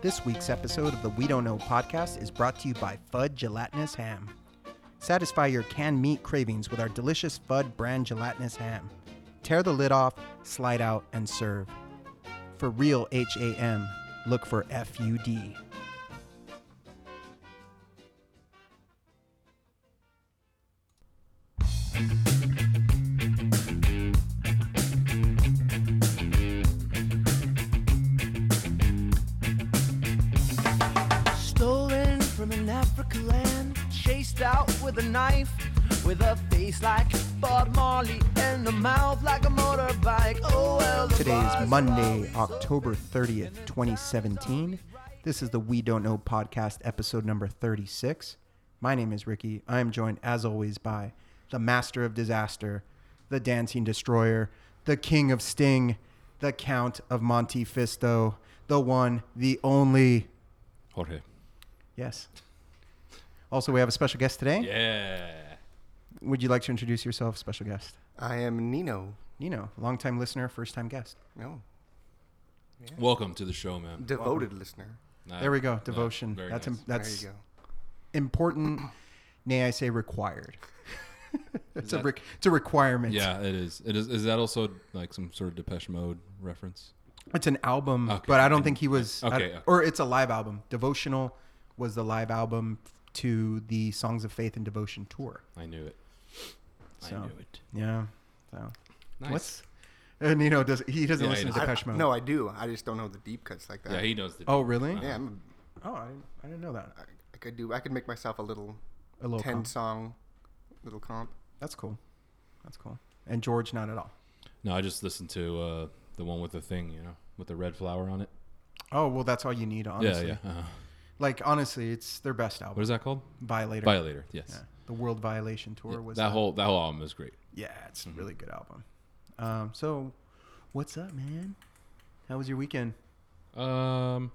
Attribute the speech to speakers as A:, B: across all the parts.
A: This week's episode of the We Don't Know podcast is brought to you by FUD Gelatinous Ham. Satisfy your canned meat cravings with our delicious FUD brand gelatinous ham. Tear the lid off, slide out, and serve. For real HAM, look for FUD.
B: Stolen from an African land, chased out with a knife, with a face like Bob Marley and a mouth like a motorbike. Oh well. the
A: Today
B: bars
A: is Monday,
B: are out, so
A: October 30th, 2017. This is the We Don't Know podcast, episode number 36. My name is Ricky. I am joined, as always, by the master of disaster, the dancing destroyer, the king of sting, the count of Monte Fisto, the one, the only.
C: Jorge.
A: Yes. Also, we have a special guest today.
C: Yeah.
A: Would you like to introduce yourself, special guest?
D: I am Nino.
A: Nino, longtime listener, first time guest.
D: No,
C: Welcome to the show, man.
D: devoted listener.
C: Nah,
A: There we go.
C: nah,
A: Devotion.
C: Uh, very
A: that's
C: nice.
A: im- that's
D: there you go.
A: important, nay, I say required. it's, a
C: that-
A: re- it's a requirement.
C: yeah, it is. It is. Is that also like some sort of Depeche Mode reference?
A: It's an album,
C: Okay,
A: but I
C: I
A: don't
C: didn't-
A: think he was. I-
C: okay, okay.
A: Or it's a live album. Devotional was the live album to the Songs of Faith and Devotion tour.
C: I knew it.
A: So,
C: I knew it.
A: Yeah. So,
C: Nice.
A: what's. And you know, does, he doesn't
C: Yeah, he
A: listen to
C: doesn't.
A: Depeche
D: I,
A: Mode.
D: no, I do. I just don't know the deep cuts like that.
C: Yeah, he knows the.
A: Oh, really?
C: Uh-huh.
D: Yeah, I'm,
A: Oh, I didn't, I didn't know that.
D: I, I could do. I could make myself a little,
A: A little.
D: ten
A: comp.
D: song, little comp.
A: That's cool. That's cool. And George, not at all.
C: No, I just listened to uh, the one with the thing, you know, with the red flower on it.
A: Oh, well, that's all you need, honestly.
C: Yeah, yeah. uh
A: Like, honestly, it's their best album.
C: What is that called?
A: Violator.
C: Violator. Yes.
A: Yeah. The World Violation Tour was
C: that
A: uh,
C: whole Mm-hmm. that whole album is great.
A: Yeah, it's a really good album. Um, so, what's up, man? How was your weekend?
C: Um,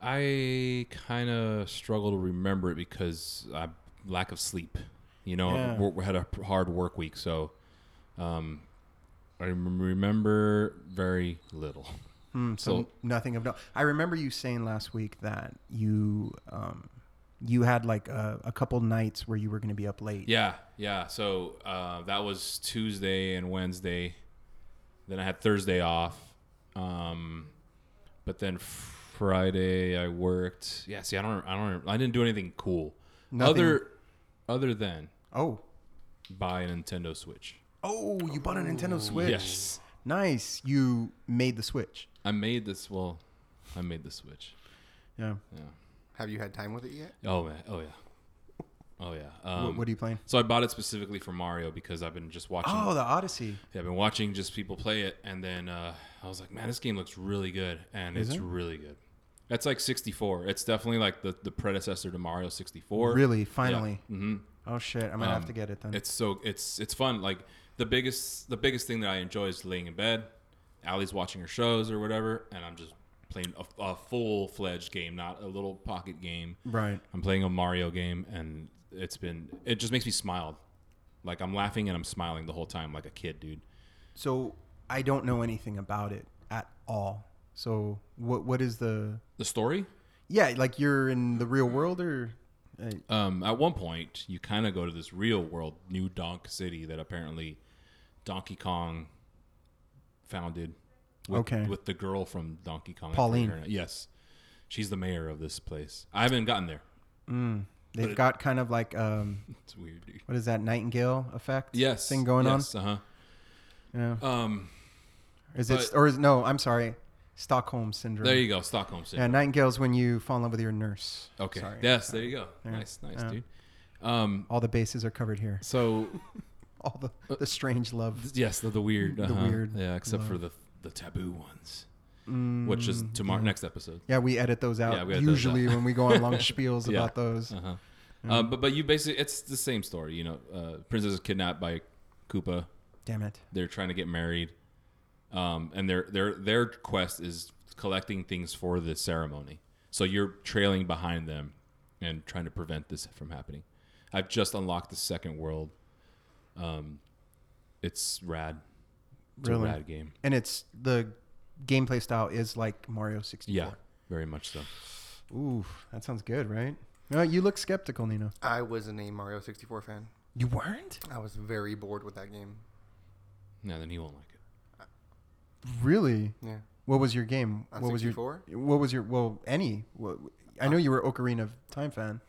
C: I kind of struggle to remember it because I lack of sleep. You know,
A: Yeah.
C: we we had a p- hard work week, so um, I rem- remember very little.
A: Hmm, so,
C: Mm, So-
A: nothing of no. I remember you saying last week that you um, you had like a, a couple nights where you were going to be up late.
C: Yeah, yeah. So uh, that was Tuesday and Wednesday. Then I had Thursday off. Um, but then Friday I worked. Yeah. See, I don't. I don't. I didn't do anything cool.
A: Nothing-
C: Other, other than
A: Oh.
C: buy a Nintendo Switch.
A: Oh, you bought a Nintendo Switch.
C: Yes.
A: Nice. You made the Switch.
C: I made this. Well, I made the switch.
A: Yeah.
D: Have you had time with it yet?
C: Oh man. Oh yeah. Oh yeah.
A: Wh-
C: Um,
A: what, are you playing?
C: so I bought it specifically for Mario because I've been just watching.
A: Oh, the Odyssey.
C: Yeah, I've been watching just people play it, and then uh, I was like, man, this game looks really good, and
A: Is
C: it's
A: it?
C: really good. That's like 64. It's definitely like the, the predecessor to Mario 64.
A: Really? Finally.
C: hmm
A: Oh shit! I'm gonna have to get it then.
C: Um, It's so it's it's fun. Like the biggest the biggest thing that I enjoy is laying in bed. Allie's watching her shows or whatever, and I'm just playing a, a full fledged game, not a little pocket game.
A: Right.
C: I'm playing a Mario game, and it's been it just makes me smile. Like I'm laughing and I'm smiling the whole time, like a kid, dude.
A: So I don't know anything about it at all. So what what is the
C: The story.
A: yeah like you're in the real world or uh,
C: Um, at one point, you kind of go to this real world, New Donk City, that apparently Donkey Kong founded. With,
A: Okay.
C: With the girl from Donkey Kong. I forget
A: Pauline.
C: her name. Yes. She's the mayor of this place. I haven't gotten there.
A: they've got kind of like um
C: It's weird, dude.
A: what is that nightingale effect
C: Yes.
A: thing going
C: Uh
A: on yeah
C: huh. Um,
A: is it
C: but-
A: or is no I'm sorry Stockholm syndrome
C: there you go. Stockholm City.
A: yeah nightingale's when you fall in love with your nurse
C: okay.
A: sorry.
C: yes. There you go. Nice. Nice, dude. Um,
A: all the bases are covered here
C: so
A: all
C: Uh,
A: the the strange love
C: Yes, the, the weird, uh-huh.
A: weird
C: yeah, except for the the taboo ones, which is tomorrow next episode.
A: Mm, yeah we edit those out
C: Yeah, we edit those
A: usually
C: out.
A: when we go on long spiels
C: Yeah.
A: about those
C: Uh-huh.
A: Mm-hmm.
C: Uh, but but you basically it's the same story, you know. Uh, princess is kidnapped by Koopa.
A: damn it
C: They're trying to get married, um, and their their their quest is collecting things for the ceremony. So you're trailing behind them and trying to prevent this from happening. I've just unlocked the second world. Um, it's rad. It's
A: Really?
C: a rad game.
A: and it's the gameplay style is like Mario 64
C: Yeah. Very much so.
A: Ooh, that sounds good, right? No, Uh, you look skeptical, Nino.
D: I wasn't a Mario 64 fan.
A: You weren't?
D: I was very bored with that game.
C: No, then he won't like it.
A: Really?
D: Yeah.
A: What was your game?
D: On
A: what
D: 64?
A: was your What was your well, any? What, I know you were Ocarina of Time fan.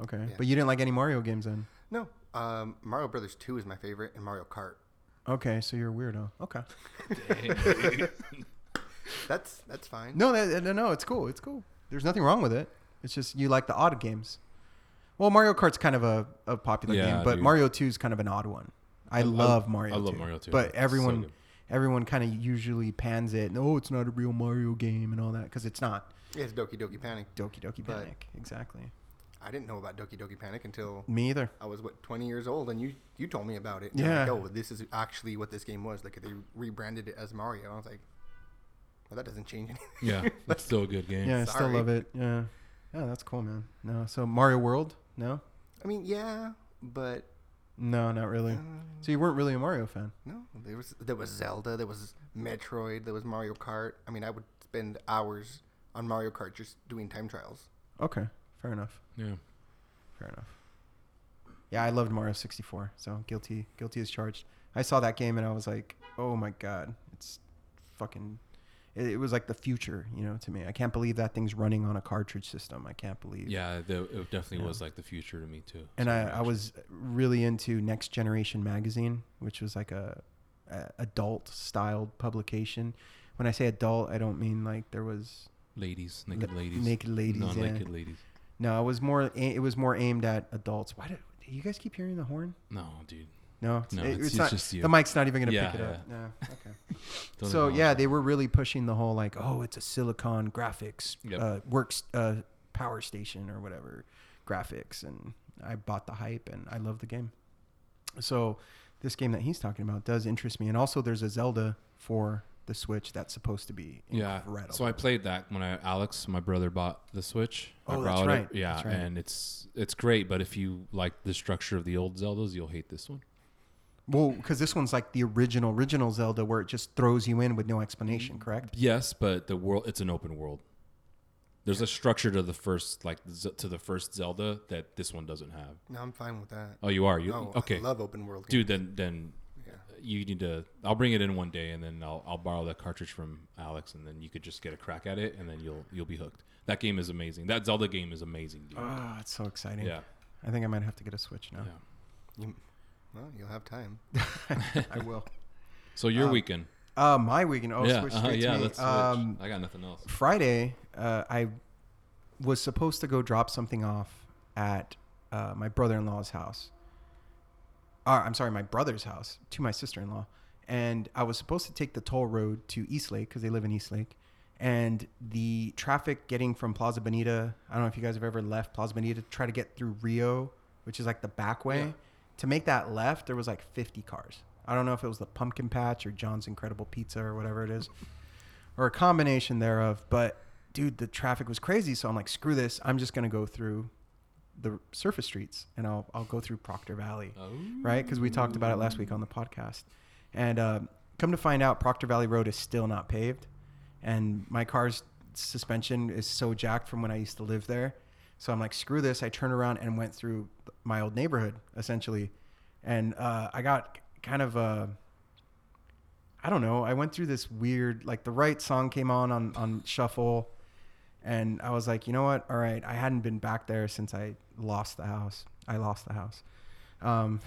A: Okay.
D: Yeah.
A: But you didn't like any Mario games then.
D: No. Um, Mario Brothers 2 is my favorite, and Mario Kart.
A: Okay, so you're a weirdo. Okay.
D: That's that's fine.
A: No, that, no, no, it's cool. It's cool. There's nothing wrong with it. It's just you like the odd games. Well, Mario Kart's kind of a, a popular
C: Yeah,
A: game, but
C: dude.
A: Mario 2 is kind of an odd one. I, love Mario
C: I
A: 2.
C: love Mario 2.
A: But
C: It's so
A: everyone
C: good.
A: everyone kind of usually pans it and, oh, it's not a real Mario game and all that because it's not.
D: Yeah, it's Doki Doki Panic.
A: Doki Doki
D: But-
A: Panic. exactly.
D: I didn't know about Doki Doki Panic until
A: Me either.
D: I was what 20 years old, and you you told me about it. And I was
A: Yeah.
D: like, oh, this is actually what this game was. Like they rebranded it as Mario. I was like, well, that doesn't change anything.
C: Yeah, that's still a good game.
A: Yeah, I still
D: Sorry.
A: love it. Yeah. Yeah, that's cool, man. No, so Mario World? No?
D: I mean, yeah, but uh,
A: No, not really.
D: Um,
A: So you weren't really a Mario fan?
D: no, there was there was Zelda, there was Metroid, there was Mario Kart. I mean, I would spend hours on Mario Kart just doing time trials.
A: Okay, fair enough.
C: Yeah.
A: Fair enough. Yeah, I loved Mario 64, so guilty, guilty as charged. I saw that game and I was like, oh my god, it's fucking. It, it was like the future, you know, to me. I can't believe that thing's running on a cartridge system. I can't believe.
C: Yeah, the, it definitely
A: Yeah.
C: was like the future to me too.
A: And
C: So
A: I,
C: much.
A: I was really into Next Generation magazine, which was like a, a adult styled publication. When I say adult, I don't mean like there was
C: ladies, naked
A: Le-
C: ladies,
A: naked ladies, yeah.
C: non-naked ladies.
A: no. It was more. It was more aimed at adults. Why do you guys keep hearing the horn?
C: No, dude,
A: No, it's,
C: No,
A: it-
C: it's-
A: it's
C: it's
A: not,
C: just you.
A: The mic's not even gonna
C: Yeah,
A: pick it
C: yeah.
A: up. No, okay.
C: Don't
A: so
C: acknowledge
A: yeah,
C: it.
A: they were really pushing the whole like, oh, it's a silicon graphics
C: Yep.
A: uh, works uh, power station or whatever graphics, and I bought the hype and I love the game. So this game that he's talking about does interest me, and also there's a Zelda for the Switch that's supposed to be
C: yeah.
A: incredible.
C: So I played that when I Alex, my brother, bought the Switch. I
A: Oh, that's
C: borrowed
A: right.
C: It. Yeah,
A: That's right.
C: and it's it's great, but if you like the structure of the old Zeldas, you'll hate this one.
A: well, because this one's like the original original Zelda where it just throws you in with no
C: Mm.
A: explanation, correct?
C: Yes, but the world it's an open world. There's a structure to the first like Z- to the first Zelda that this one doesn't have.
D: No, I'm fine with that.
C: Oh, you are you
D: no,
C: okay,
D: I love open world.
C: dude? Then then
D: Yeah.
C: you need to. I'll bring it in one day, and then I'll I'll borrow that cartridge from Alex, and then you could just get a crack at it, and then you'll you'll be hooked. That game is amazing. That Zelda game is amazing, dude.
A: Oh, it's so exciting.
C: yeah,
A: I think I might have to get a Switch now.
C: yeah.
D: games. You, well, you'll have time.
A: I will.
C: So your weekend,
A: Uh, my weekend. Oh,
C: yeah,
A: switch
C: uh-huh,
A: straight to
C: yeah.
A: me.
C: Let's switch.
A: Um,
C: I got nothing else.
A: Friday, uh, I was supposed to go drop something off at uh, my brother-in-law's house. Uh, I'm sorry, my brother's house to my sister-in-law, and I was supposed to take the toll road to Eastlake because they live in Eastlake. And the traffic getting from Plaza Bonita, I don't know if you guys have ever left Plaza Bonita to try to get through Rio, which is like the back way.
C: Yeah.
A: To make that left, there was like 50 cars. I don't know if it was the pumpkin patch or John's Incredible Pizza or whatever it is or a combination thereof. But dude, the traffic was crazy. So I'm like, screw this. I'm just gonna go through the surface streets and I'll I'll go through Proctor Valley,
C: Oh.
A: right? Because we talked about it last week on the podcast. And uh, come to find out, Proctor Valley Road is still not paved, and my car's suspension is so jacked from when I used to live there. So I'm like, screw this. I turned around and went through my old neighborhood essentially, and uh, I got kind of Uh, I don't know. I went through this weird, like the right song came on on, on shuffle, and I was like, you know what? All right, I hadn't been back there since I lost the house. I lost the house. Um,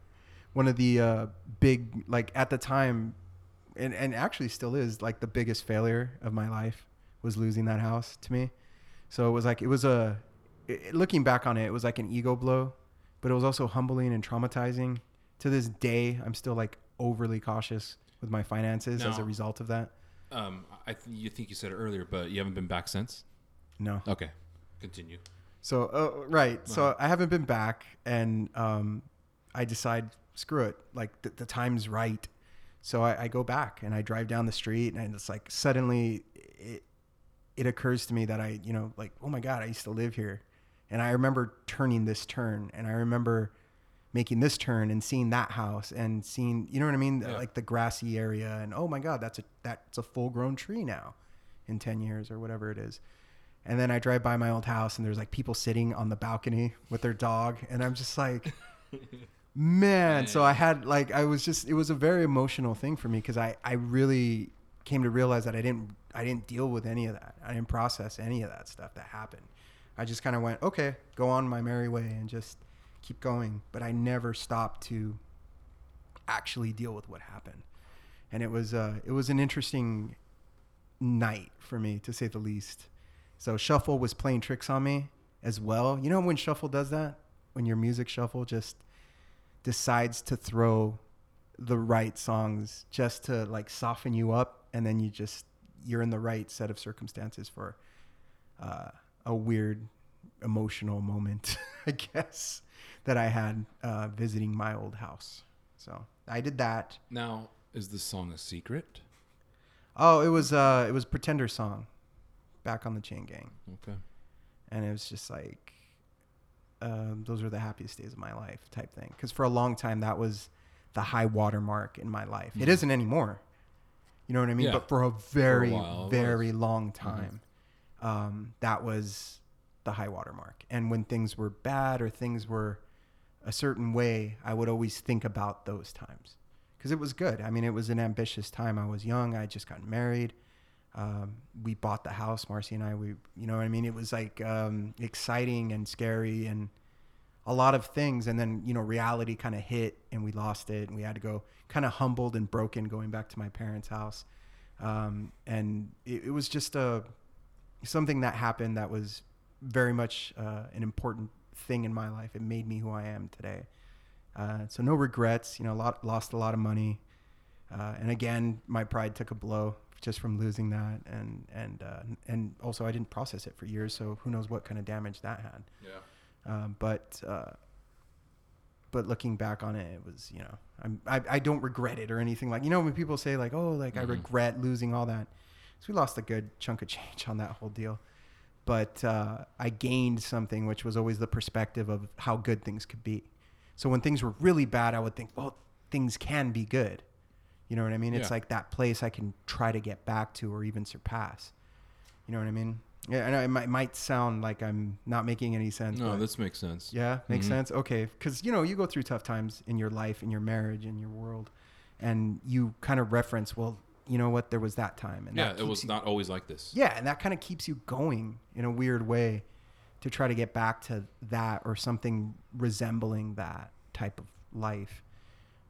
A: one of the uh, big, like at the time, and and actually still is, like the biggest failure of my life was losing that house to me. So it was like it was a, it, looking back on it, it was like an ego blow, but it was also humbling and traumatizing. To this day, I'm still like overly cautious with my finances as a
C: No.
A: result of that.
C: Um, I th- you think you said it earlier, but you haven't been back since.
A: No.
C: Okay, continue.
A: So uh, right, so I haven't been back, and um, I decide screw it, like the, the time's right, so I, I go back and I drive down the street, and it's like suddenly it it occurs to me that I you know like oh my god I used to live here, and I remember turning this turn, and I remember making this turn and seeing that house and seeing you know what I mean
C: Yeah.
A: like the grassy area, and oh my god that's a that's a full grown tree now, in 10 years or whatever it is. And then I drive by my old house and there's like people sitting on the balcony with their dog. And I'm just like, man. So I had like, I was just, it was a very emotional thing for me because I, I really came to realize that I didn't, I didn't deal with any of that. I didn't process any of that stuff that happened. I just kind of went, okay, go on my merry way and just keep going. But I never stopped to actually deal with what happened. And it was uh, it was an interesting night for me to say the least. So shuffle was playing tricks on me as well. You know when shuffle does that? When your music shuffle just decides to throw the right songs just to like soften you up and then you just you're in the right set of circumstances for uh, a weird emotional moment, I guess, that I had uh, visiting my old house. So I did that.
C: Now, is this song a secret?
A: Oh, it was uh, it was Pretender song, back on the Chain Gang,
C: Okay.
A: and it was just like, um, those were the happiest days of my life type thing. Because for a long time that was the high watermark in my life. It isn't anymore. You know what I mean?
C: Yeah.
A: But for a very
C: while, it
A: very long time, um, that was the high watermark. And when things were bad or things were a certain way, I would always think about those times because it was good. I mean, it was an ambitious time. I was young. I had just got married. Um, we bought the house, Marcy and I. We, you know what I mean? It was like um, exciting and scary and a lot of things. And then, you know, reality kind of hit and we lost it. And we had to go kind of humbled and broken going back to my parents' house. Um, and it, it was just a something that happened that was very much uh, an important thing in my life. It made me who I am today. Uh, so no regrets. You know, lot, lost a lot of money, uh, and again, my pride took a blow just from losing that, and and uh, and also I didn't process it for years. So who knows what kind of damage that had.
C: Yeah.
A: Um, but uh, but looking back on it, it was you know I'm, I I don't regret it or anything like you know when people say like oh like
C: Mm-hmm.
A: I regret losing all that, so we lost a good chunk of change on that whole deal, but uh, I gained something which was always the perspective of how good things could be. So when things were really bad, I would think well things can be good, you know what I mean? It's
C: Yeah.
A: like that place I can try to get back to or even surpass. You know what I mean? Yeah, I know it might, might sound like I'm not making any sense.
C: No,
A: but-
C: this makes sense.
A: yeah, makes
C: Mm-hmm.
A: sense. Okay, because you know you go through tough times in your life, in your marriage, in your world, and you kind of reference, well, you know what, there was that time, and
C: Yeah,
A: that
C: it
A: keeps
C: was
A: you-
C: not always like this.
A: yeah, and that kind of keeps you going in a weird way to try to get back to that or something resembling that type of life.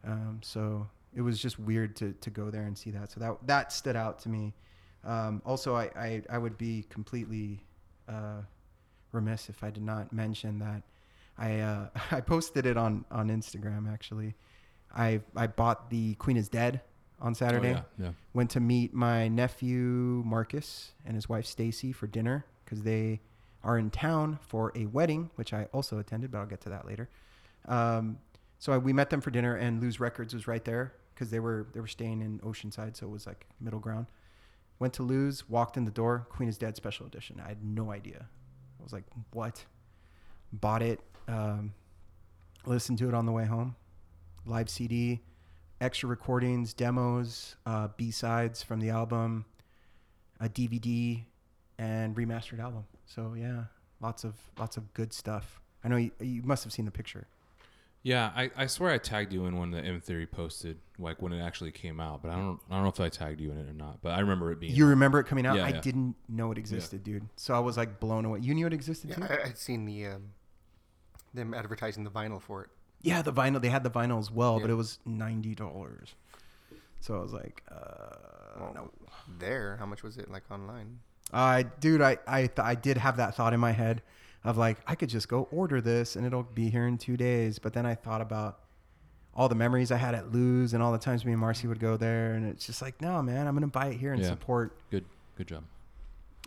A: Um, so it was just weird to, to go there and see that. So that that stood out to me. Um, also, I, I, I would be completely uh, remiss if I did not mention that I uh, I posted it on, on Instagram actually. I I bought the Queen is Dead on Saturday
C: yeah, Oh, yeah.
A: went to meet my nephew Marcus and his wife Stacy for dinner because they are in town for a wedding, which I also attended, but I'll get to that later. Um, so I, we met them for dinner, and Lou's Records was right there because they were they were staying in Oceanside, so it was like middle ground. Went to Lou's, walked in the door, Queen is Dead special edition. I had no idea. I was like, what? Bought it, um, listened to it on the way home, live CD, extra recordings, demos, uh, B sides from the album, a DVD, and remastered album. So yeah, lots of lots of good stuff. I know you, you must have seen the picture.
C: Yeah, I, I swear I tagged you in one that M Theory posted, like when it actually came out, but I don't I don't know if I tagged you in it or not. But I remember it being
A: You remember it coming out?
C: Yeah,
A: I
C: yeah.
A: didn't know it existed, dude. So I was like blown away. You knew it existed
D: Yeah,
A: too?
D: I, I'd seen the um, them advertising the vinyl for it.
A: Yeah, the vinyl. They had the vinyl as well, but
D: Yeah.
A: it was ninety dollars. So I was like, uh, no.
D: There, how much was it like online?
A: I dude, I I th- I did have that thought in my head of like I could just go order this and it'll be here in two days. But then I thought about all the memories I had at Lou's and all the times me and Marcy would go there, and it's just like, no, man, I'm gonna buy it here and
C: Yeah.
A: support
C: good good job.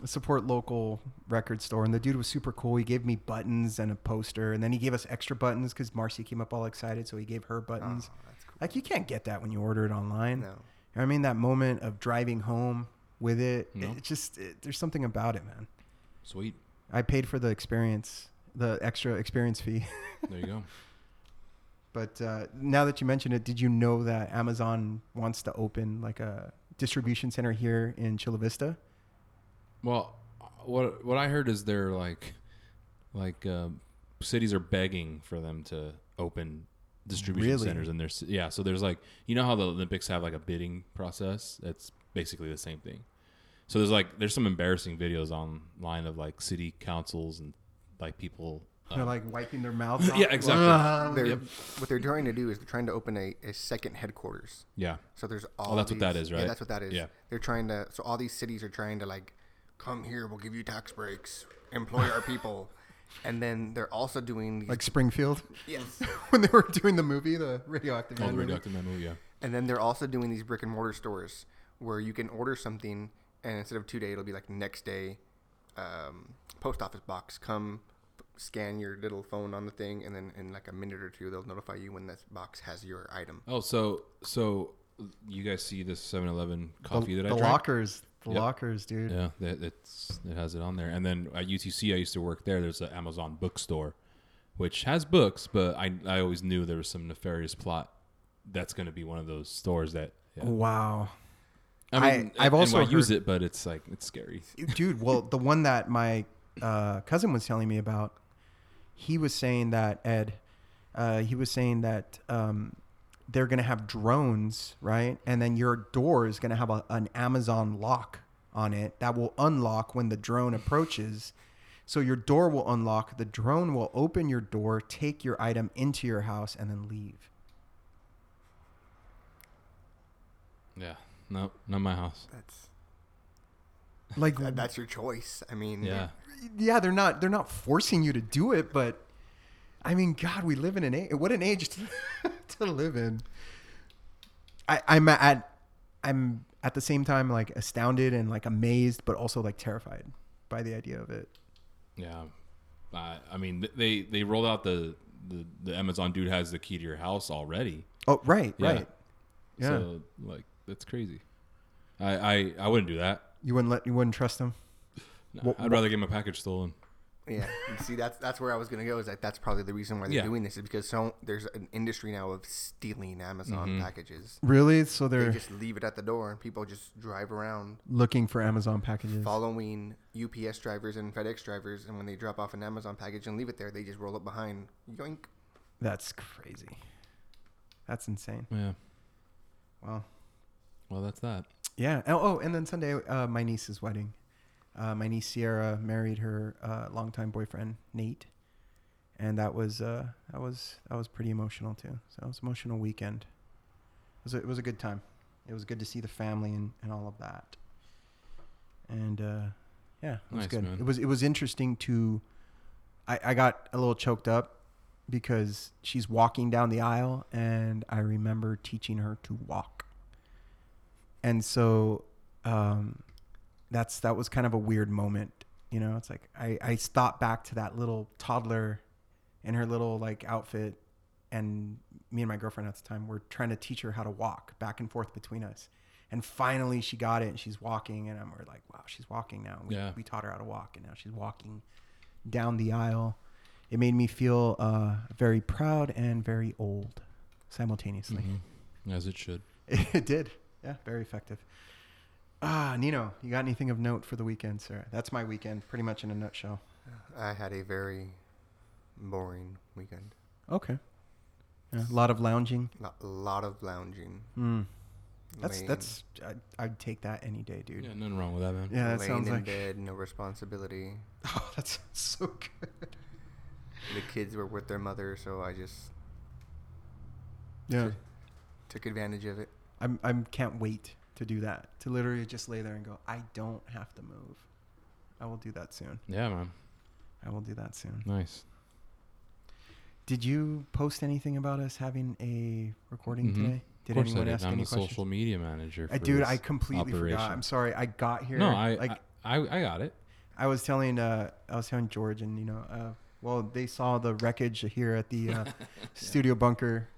A: support local record store. And the dude was super cool. He gave me buttons and a poster, and then he gave us extra buttons because Marcy came up all excited, so he gave her buttons.
D: Oh, that's cool.
A: Like you can't get that when you order it online.
D: No.
A: You know what I mean, that moment of driving home with it,
C: No.
A: it just it, there's something about it, man.
C: Sweet.
A: I paid for the experience, the extra experience fee.
C: There you go.
A: but uh, now that you mention it, did you know that Amazon wants to open like a distribution center here in Chula Vista?
C: Well, uh, what what I heard is they're like, like um, cities are begging for them to open distribution
A: Really?
C: centers in their ci- yeah. So there's like you know how the Olympics have like a bidding process. That's basically the same thing. So there's like there's some embarrassing videos online of like city councils and like people. uh,
A: They're like wiping their mouths. off.
C: Yeah, exactly.
D: They're, What they're trying to do is they're trying to open a, a second headquarters.
C: yeah,
D: So there's all.
C: Oh, that's what that
D: these-
C: is,
D: Yeah,
C: right?
D: that's what that is.
C: Yeah.
D: They're trying to. So all these cities are trying to like, come here, we'll give you tax breaks, employ our people, and then they're also doing these,
A: like Springfield
D: yes,
A: when they were doing the movie, the radioactive.
C: all
A: Man
C: the
A: movie.
C: radioactive memory. Yeah,
D: and then they're also doing these brick and mortar stores where you can order something and instead of two day it'll be like next day, um, post office box come. Scan your little phone on the thing, and then in like a minute or two, they'll notify you when that box has your item.
C: Oh, so so you guys see this 7-Eleven
A: The,
C: coffee that I
A: the
C: drank?
A: lockers, the
C: Yep.
A: lockers, dude.
C: Yeah, that, it's it has it on there. And then at UTC, I used to work there. There's an Amazon bookstore, which has books, but I I always knew there was some nefarious plot. That's going to be one of those stores that. Yeah.
A: Wow.
C: I mean,
A: I- I've
C: and
A: also
C: I use
A: heard-
C: it, but it's like it's scary.
A: dude well the one that my uh, cousin was telling me about he was saying that ed uh, he was saying that um, they're gonna have drones right and then your door is gonna have a, an amazon lock on it that will unlock when the drone approaches so your door will unlock the drone will open your door take your item into your house and then leave
C: Yeah, no, not my house.
D: That's
A: like
D: that, that's your choice. I mean,
C: Yeah,
A: yeah, they're not they're not forcing you to do it, but I mean, God, we live in an age. What an age to, to live in. I, I'm at I'm at the same time like astounded and like amazed, but also like terrified by the idea of it.
C: yeah. I I mean, th- they they rolled out the, the the Amazon dude has the key to your house already.
A: Oh, right,
C: Yeah.
A: right. Yeah,
C: So like that's crazy. I I, I wouldn't do that.
A: you wouldn't let you wouldn't trust them.
C: No,
A: What-
C: I'd rather get my package stolen.
D: Yeah, and see, that's that's where I was gonna go. Is like that's probably the reason why they're
C: Yeah.
D: doing this is because so there's an industry now of stealing Amazon
A: Mm-hmm.
D: packages.
A: Really? So they're
D: They just leave it at the door, and people just drive around
A: looking for Amazon packages.
D: following UPS drivers and FedEx drivers, and when they drop off an Amazon package and leave it there, they just roll up behind. Yoink!
A: That's crazy. That's insane.
C: Yeah.
A: Wow.
C: Well, that's that.
A: Yeah. Oh, oh and then Sunday, uh, my niece's wedding. Uh, my niece Sierra married her uh, longtime boyfriend Nate, and that was uh, that was that was pretty emotional too. So it was an emotional weekend. It was a, it was a good time. It was good to see the family and, and all of that. And uh, yeah, it was
C: Nice,
A: good.
C: man.
A: It was it was interesting to. I, I got a little choked up because she's walking down the aisle, and I remember teaching her to walk and so um, that's that was kind of a weird moment you know it's like I, I thought back to that little toddler in her little like outfit and me and my girlfriend at the time were trying to teach her how to walk back and forth between us and finally she got it and she's walking and I'm, we're like wow she's walking now we,
C: Yeah.
A: we taught her how to walk and now she's walking down the aisle it made me feel uh, very proud and very old simultaneously
C: As it should.
A: it did. Yeah, very effective. Ah, Nino, you got anything of note for the weekend, sir? That's my weekend, pretty much in a nutshell.
D: I had a very boring weekend.
A: Okay. Yeah, a lot of lounging.
D: A lot of lounging.
A: Mm. That's
D: laying-
A: that's I, I'd take that any day, dude.
C: Yeah,
A: Yeah,
C: nothing wrong with that, man.
A: that
D: laying
A: sounds
D: in
A: like.
D: bed, no responsibility.
A: Oh, that sounds so good.
D: The kids were with their mother, so I just
A: Yeah,
D: took advantage of it.
A: I'm I'm can't wait to do that. To literally just lay there and go, I don't have to move. I will do that soon.
C: Yeah, man.
A: I will do that soon.
C: Nice.
A: Did you post anything about us having a recording
C: Mhm.
A: today? Did
C: of course
A: anyone
C: I did.
A: ask
C: I'm
A: any
C: the
A: questions?
C: social media manager.
A: I,
C: for
A: dude,
C: this
A: I completely forgot.
C: operation.
A: I'm sorry. I got here.
C: No, I,
A: like
C: I, I, I got it.
A: I, was telling, uh, I was telling George, and you know, uh, well, they saw the wreckage here at the uh, studio bunker,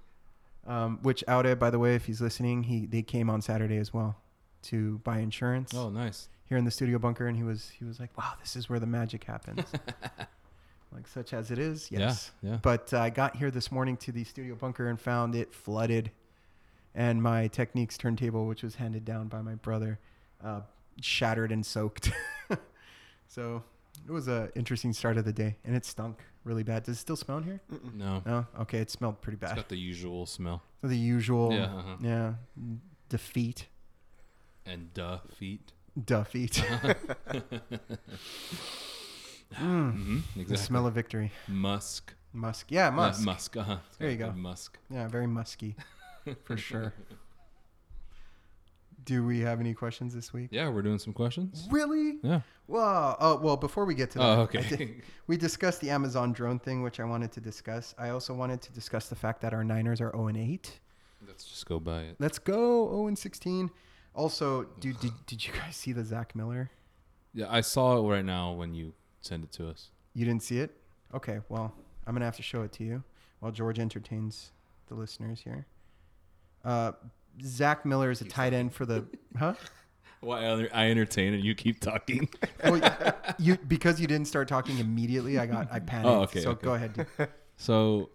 A: um, which Aude, by the way, if he's listening, he they came on Saturday as well to buy insurance
C: Oh, nice.
A: here in the studio bunker, and he was he was like, wow, this is where the magic happens. like such as it is, yes.
C: Yeah, yeah.
A: But uh, I got here this morning to the studio bunker and found it flooded, and my Techniques turntable, which was handed down by my brother, uh, shattered and soaked. So it was a interesting start of the day, and it stunk really bad. Does it still smell in here?
C: Mm. No,
A: No. Okay, it smelled pretty
C: it's
A: bad.
C: got the usual smell
A: So the usual,
C: Yeah, uh-huh.
A: yeah, defeat,
C: and duh feet.
A: defeat,
C: Mm-hmm, exactly.
A: the smell of victory.
C: musk.
A: Musk, yeah,
C: Uh,
A: musk,
C: musk. Uh-huh. It's
A: There
C: got
A: you go.
C: good Musk.
A: yeah, very musky, for sure. Do we have any questions this week?
C: Yeah, we're doing some questions.
A: Really?
C: Yeah.
A: Well, uh, well, before we get to that,
C: Oh,
A: I
C: okay.
A: did- we discussed the Amazon drone thing, which I wanted to discuss. I also wanted to discuss the fact that our Niners are 0 and 8.
C: Let's just go by it.
A: Let's go 0 and 16. Also, dude, did, did you guys see the Zach Miller?
C: Yeah, I saw it right now when you sent it to us.
A: You didn't see it? Okay, well, I'm gonna have to show it to you while George entertains the listeners here. Uh, Zach Miller is a tight end for the huh?
C: Why I I entertain and you keep talking.
A: Oh, you because you didn't start talking immediately, I got I panicked.
C: Oh, okay,
A: so
C: okay.
A: go ahead. dude.
C: So,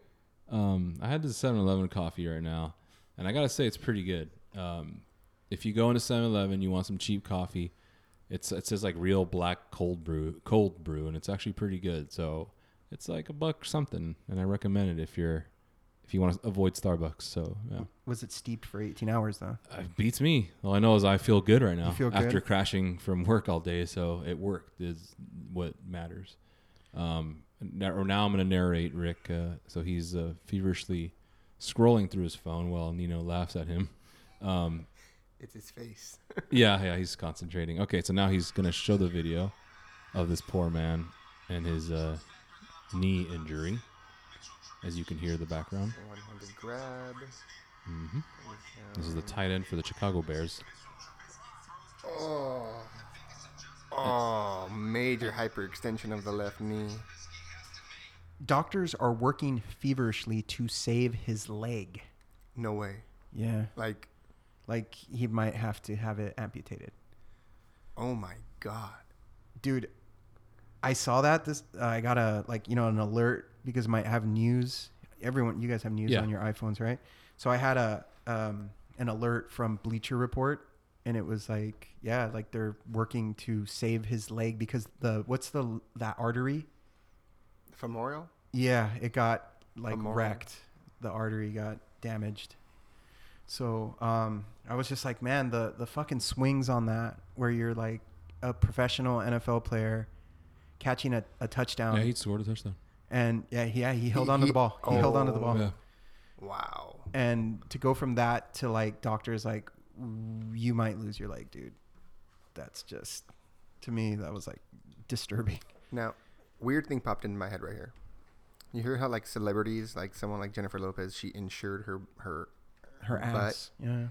C: um, I had this 7 Eleven coffee right now, and I got to say, it's pretty good. Um, if you go into 7 Eleven, you want some cheap coffee, it's, it says like real black cold brew, cold brew, and it's actually pretty good. So, it's like a buck something, and I recommend it if you're. If you want to avoid Starbucks, so yeah,
A: Was it steeped for 18 hours though?
C: it uh, beats me. All I know is I feel good right now
A: feel good?
C: after crashing from work all day. So it worked is what matters. Um, now, or now I'm going to narrate Rick. Uh, so he's uh, feverishly scrolling through his phone while Nino laughs at him. Um,
D: It's his face.
C: yeah, yeah, he's concentrating. Okay, so now he's going to show the video of this poor man and his uh, knee injury, as you can hear in the background.
D: One handed grab.
C: This is the tight end for the Chicago Bears.
D: Oh. Oh, major hyperextension of the left knee.
A: Doctors are working feverishly to save his leg.
D: No way.
A: Yeah,
D: Like,
A: like he might have to have it amputated.
D: oh my god.
A: dude i saw that this uh, i got a like you know an alert because my I have news everyone you guys have news
C: Yeah.
A: on your iphones right so i had a um an alert from bleacher report and it was like yeah like they're working to save his leg because the what's the that artery
D: Femoral?
A: yeah it got like
D: Femoral.
A: wrecked the artery got damaged so um i was just like man the the fucking swings on that where you're like a professional nfl player catching a, a touchdown
C: Yeah, he scored a touchdown.
A: and yeah he, yeah he held
D: He-
A: on to
D: he-
A: the ball he held on to the
D: oh.
A: ball
C: Yeah.
D: Wow.
A: and to go from that to like doctors like you might lose your leg dude that's just to me that was like disturbing
D: Now, weird thing popped into my head right here. You hear how like celebrities, like someone like Jennifer Lopez, she insured her her
A: her ass yeah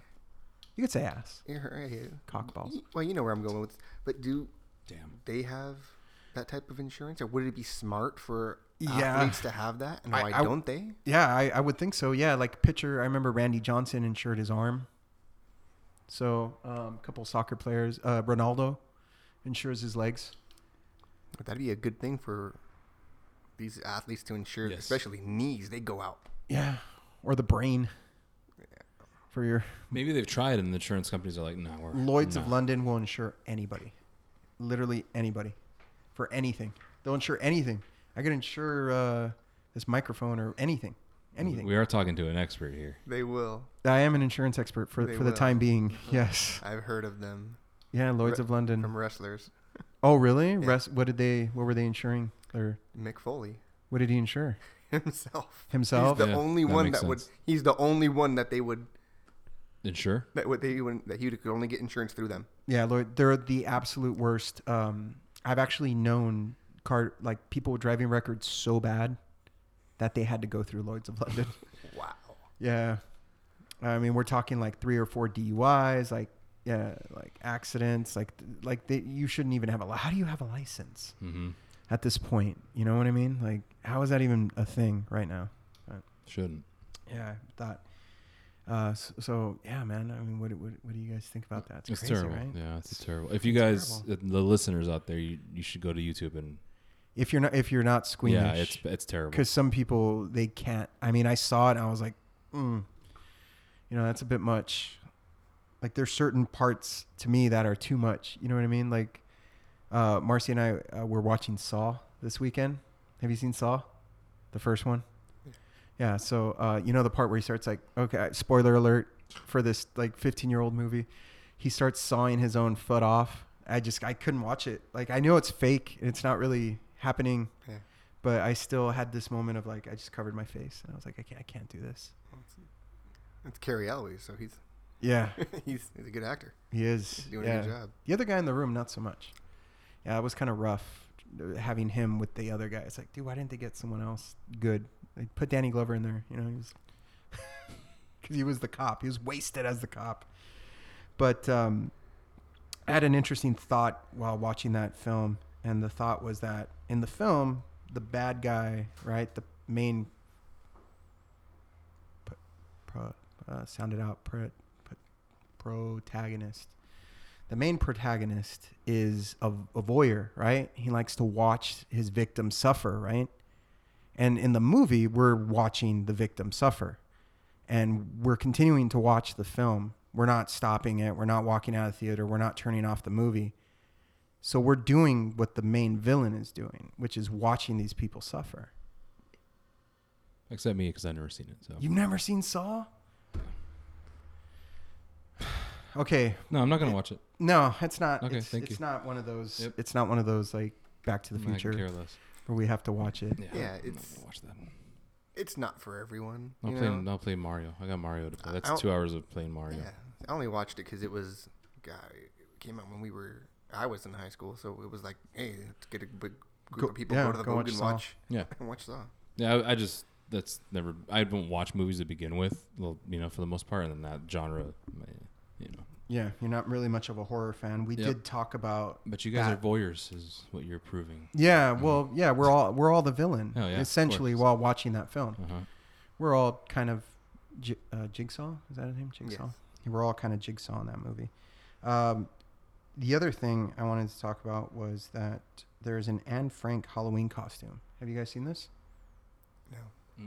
A: you could say ass
D: yeah, her yeah.
A: cock balls
D: Well, you know where I'm going with. But do
C: Damn.
D: they have that type of insurance, or would it be smart for
A: Yeah.
D: athletes to have that? And
A: I-
D: why
A: I-
D: don't they?
A: Yeah, I, I would think so. Yeah, like pitcher. I remember Randy Johnson insured his arm. So a couple soccer players. Uh, Ronaldo insures his legs.
D: But that'd be a good thing for these athletes to insure,
C: Yes.
D: especially knees. They go out.
A: Yeah, or the brain. For your
C: Maybe they've tried, and the insurance companies are like, "No, we're
A: Lloyd's
C: no.
A: of London will insure anybody, literally anybody, for anything. They'll insure anything. I could insure uh, this microphone or anything, anything.
C: We are talking to an expert here.
D: They will.
A: I am an insurance expert for
D: They
A: for the
D: will.
A: time being. Yes.
D: I've heard of them
A: Yeah, Lloyd's
D: Re-
A: of London.
D: from wrestlers.
A: Oh, really? Rest, what did they? What were they insuring? Or
D: Mick Foley
A: what did he insure?
D: himself.
A: Himself?
D: He's the
C: Yeah,
D: only
C: that
D: one
C: makes
D: that would.
C: sense.
D: He's the only one that they would
C: Insure?
D: that would they would that he would- could only get insurance through them.
A: Yeah, Lloyd. They're the absolute worst. Um, I've actually known car like people with driving records so bad that they had to go through Lloyd's of London.
D: Wow.
A: yeah, I mean we're talking like three or four DUIs, like yeah, like accidents, like like they, you shouldn't even have a. li- How do you have a license
C: Mm-hmm.
A: at this point? You know what I mean? Like how is that even a thing right now?
C: Shouldn't.
A: Yeah, I thought. Uh, so, so yeah, man. I mean, what, what what do you guys think about that? It's,
C: It's,
A: crazy,
C: terrible.
A: right?
C: Yeah, it's, terrible. If you guys, the listeners out there, you, you should go to YouTube and
A: If you're not if you're not squeamish,
C: yeah, it's it's terrible.
A: because some people they can't. I mean, I saw it and I was like, mm, you know, that's a bit much. Like there's certain parts to me that are too much. You know what I mean? Like Uh, Marcy and I uh, were watching Saw this weekend. Have you seen Saw, the first one? Yeah. So uh, you know the part where he starts like, okay, spoiler alert for this like 15 year old movie. He starts sawing his own foot off. I just I couldn't watch it. Like I know it's fake and it's not really happening,
D: Yeah.
A: but I still had this moment of like I just covered my face and I was like I can't I can't do this.
D: It's Carrie Elwes, so he's
A: Yeah,
D: he's, he's a good actor.
A: he is.
D: Doing a
A: yeah.
D: good job.
A: The other guy in the room, not so much. Yeah, it was kind of rough uh, having him with the other guy. It's like, dude, why didn't they get someone else good? They put Danny Glover in there. You know, he was because he was the cop. He was wasted as the cop. But um, I had an interesting thought while watching that film, and the thought was that in the film, the bad guy, right, the main. p- Pro, uh, sounded out pro, pro- protagonist the main protagonist is a, a voyeur, right? He likes to watch his victim suffer, right? And in the movie, we're watching the victim suffer. And we're continuing to watch the film. We're not stopping it. We're not walking out of the theater. We're not turning off the movie. So we're doing what the main villain is doing, which is watching these people suffer.
C: Except me, because I've never seen it. So
A: You've never seen Saw? Okay,
C: no, I'm not gonna watch it.
A: No, it's not.
C: Okay,
A: it's,
C: thank
A: it's
C: you.
A: not one of those.
C: Yep.
A: It's not one of those like Back to the
C: I could care
A: Future
C: less.
A: where we have to watch it.
C: Yeah,
D: Yeah,
C: I'm not
D: it's-
C: gonna watch that.
D: It's not for everyone.
C: I'll
D: you
C: play.
D: know?
C: I'll play Mario. I got Mario to play. That's
D: I'll-
C: two hours of playing Mario.
D: Yeah, I only watched it because it was, God, it came out when we were, I was in high school, so it was like, hey, let's get a big group
A: Go-
D: of people
A: yeah,
D: go to the
A: go
D: go
A: watch
D: and
A: Saw.
D: watch
C: Yeah,
D: and watch Saw.
C: yeah. I, I just that's never. I don't watch movies to begin with. Well, you know, for the most part, and then that genre, my- you know.
A: Yeah, you're not really much of a horror fan. We
C: Yep.
A: did talk about.
C: But you guys
A: that.
C: are voyeurs, is what you're proving.
A: Yeah, well, yeah, we're all we're all the villain
C: Oh, yeah, of
A: essentially
C: course.
A: while watching that film.
C: Uh huh.
A: We're all kind of J- uh, Jigsaw. Is that his name? Jigsaw.
D: Yes.
A: We're all kind of Jigsaw in that movie. Um, the other thing I wanted to talk about was that there's an Anne Frank Halloween costume. Have you guys seen this?
D: No.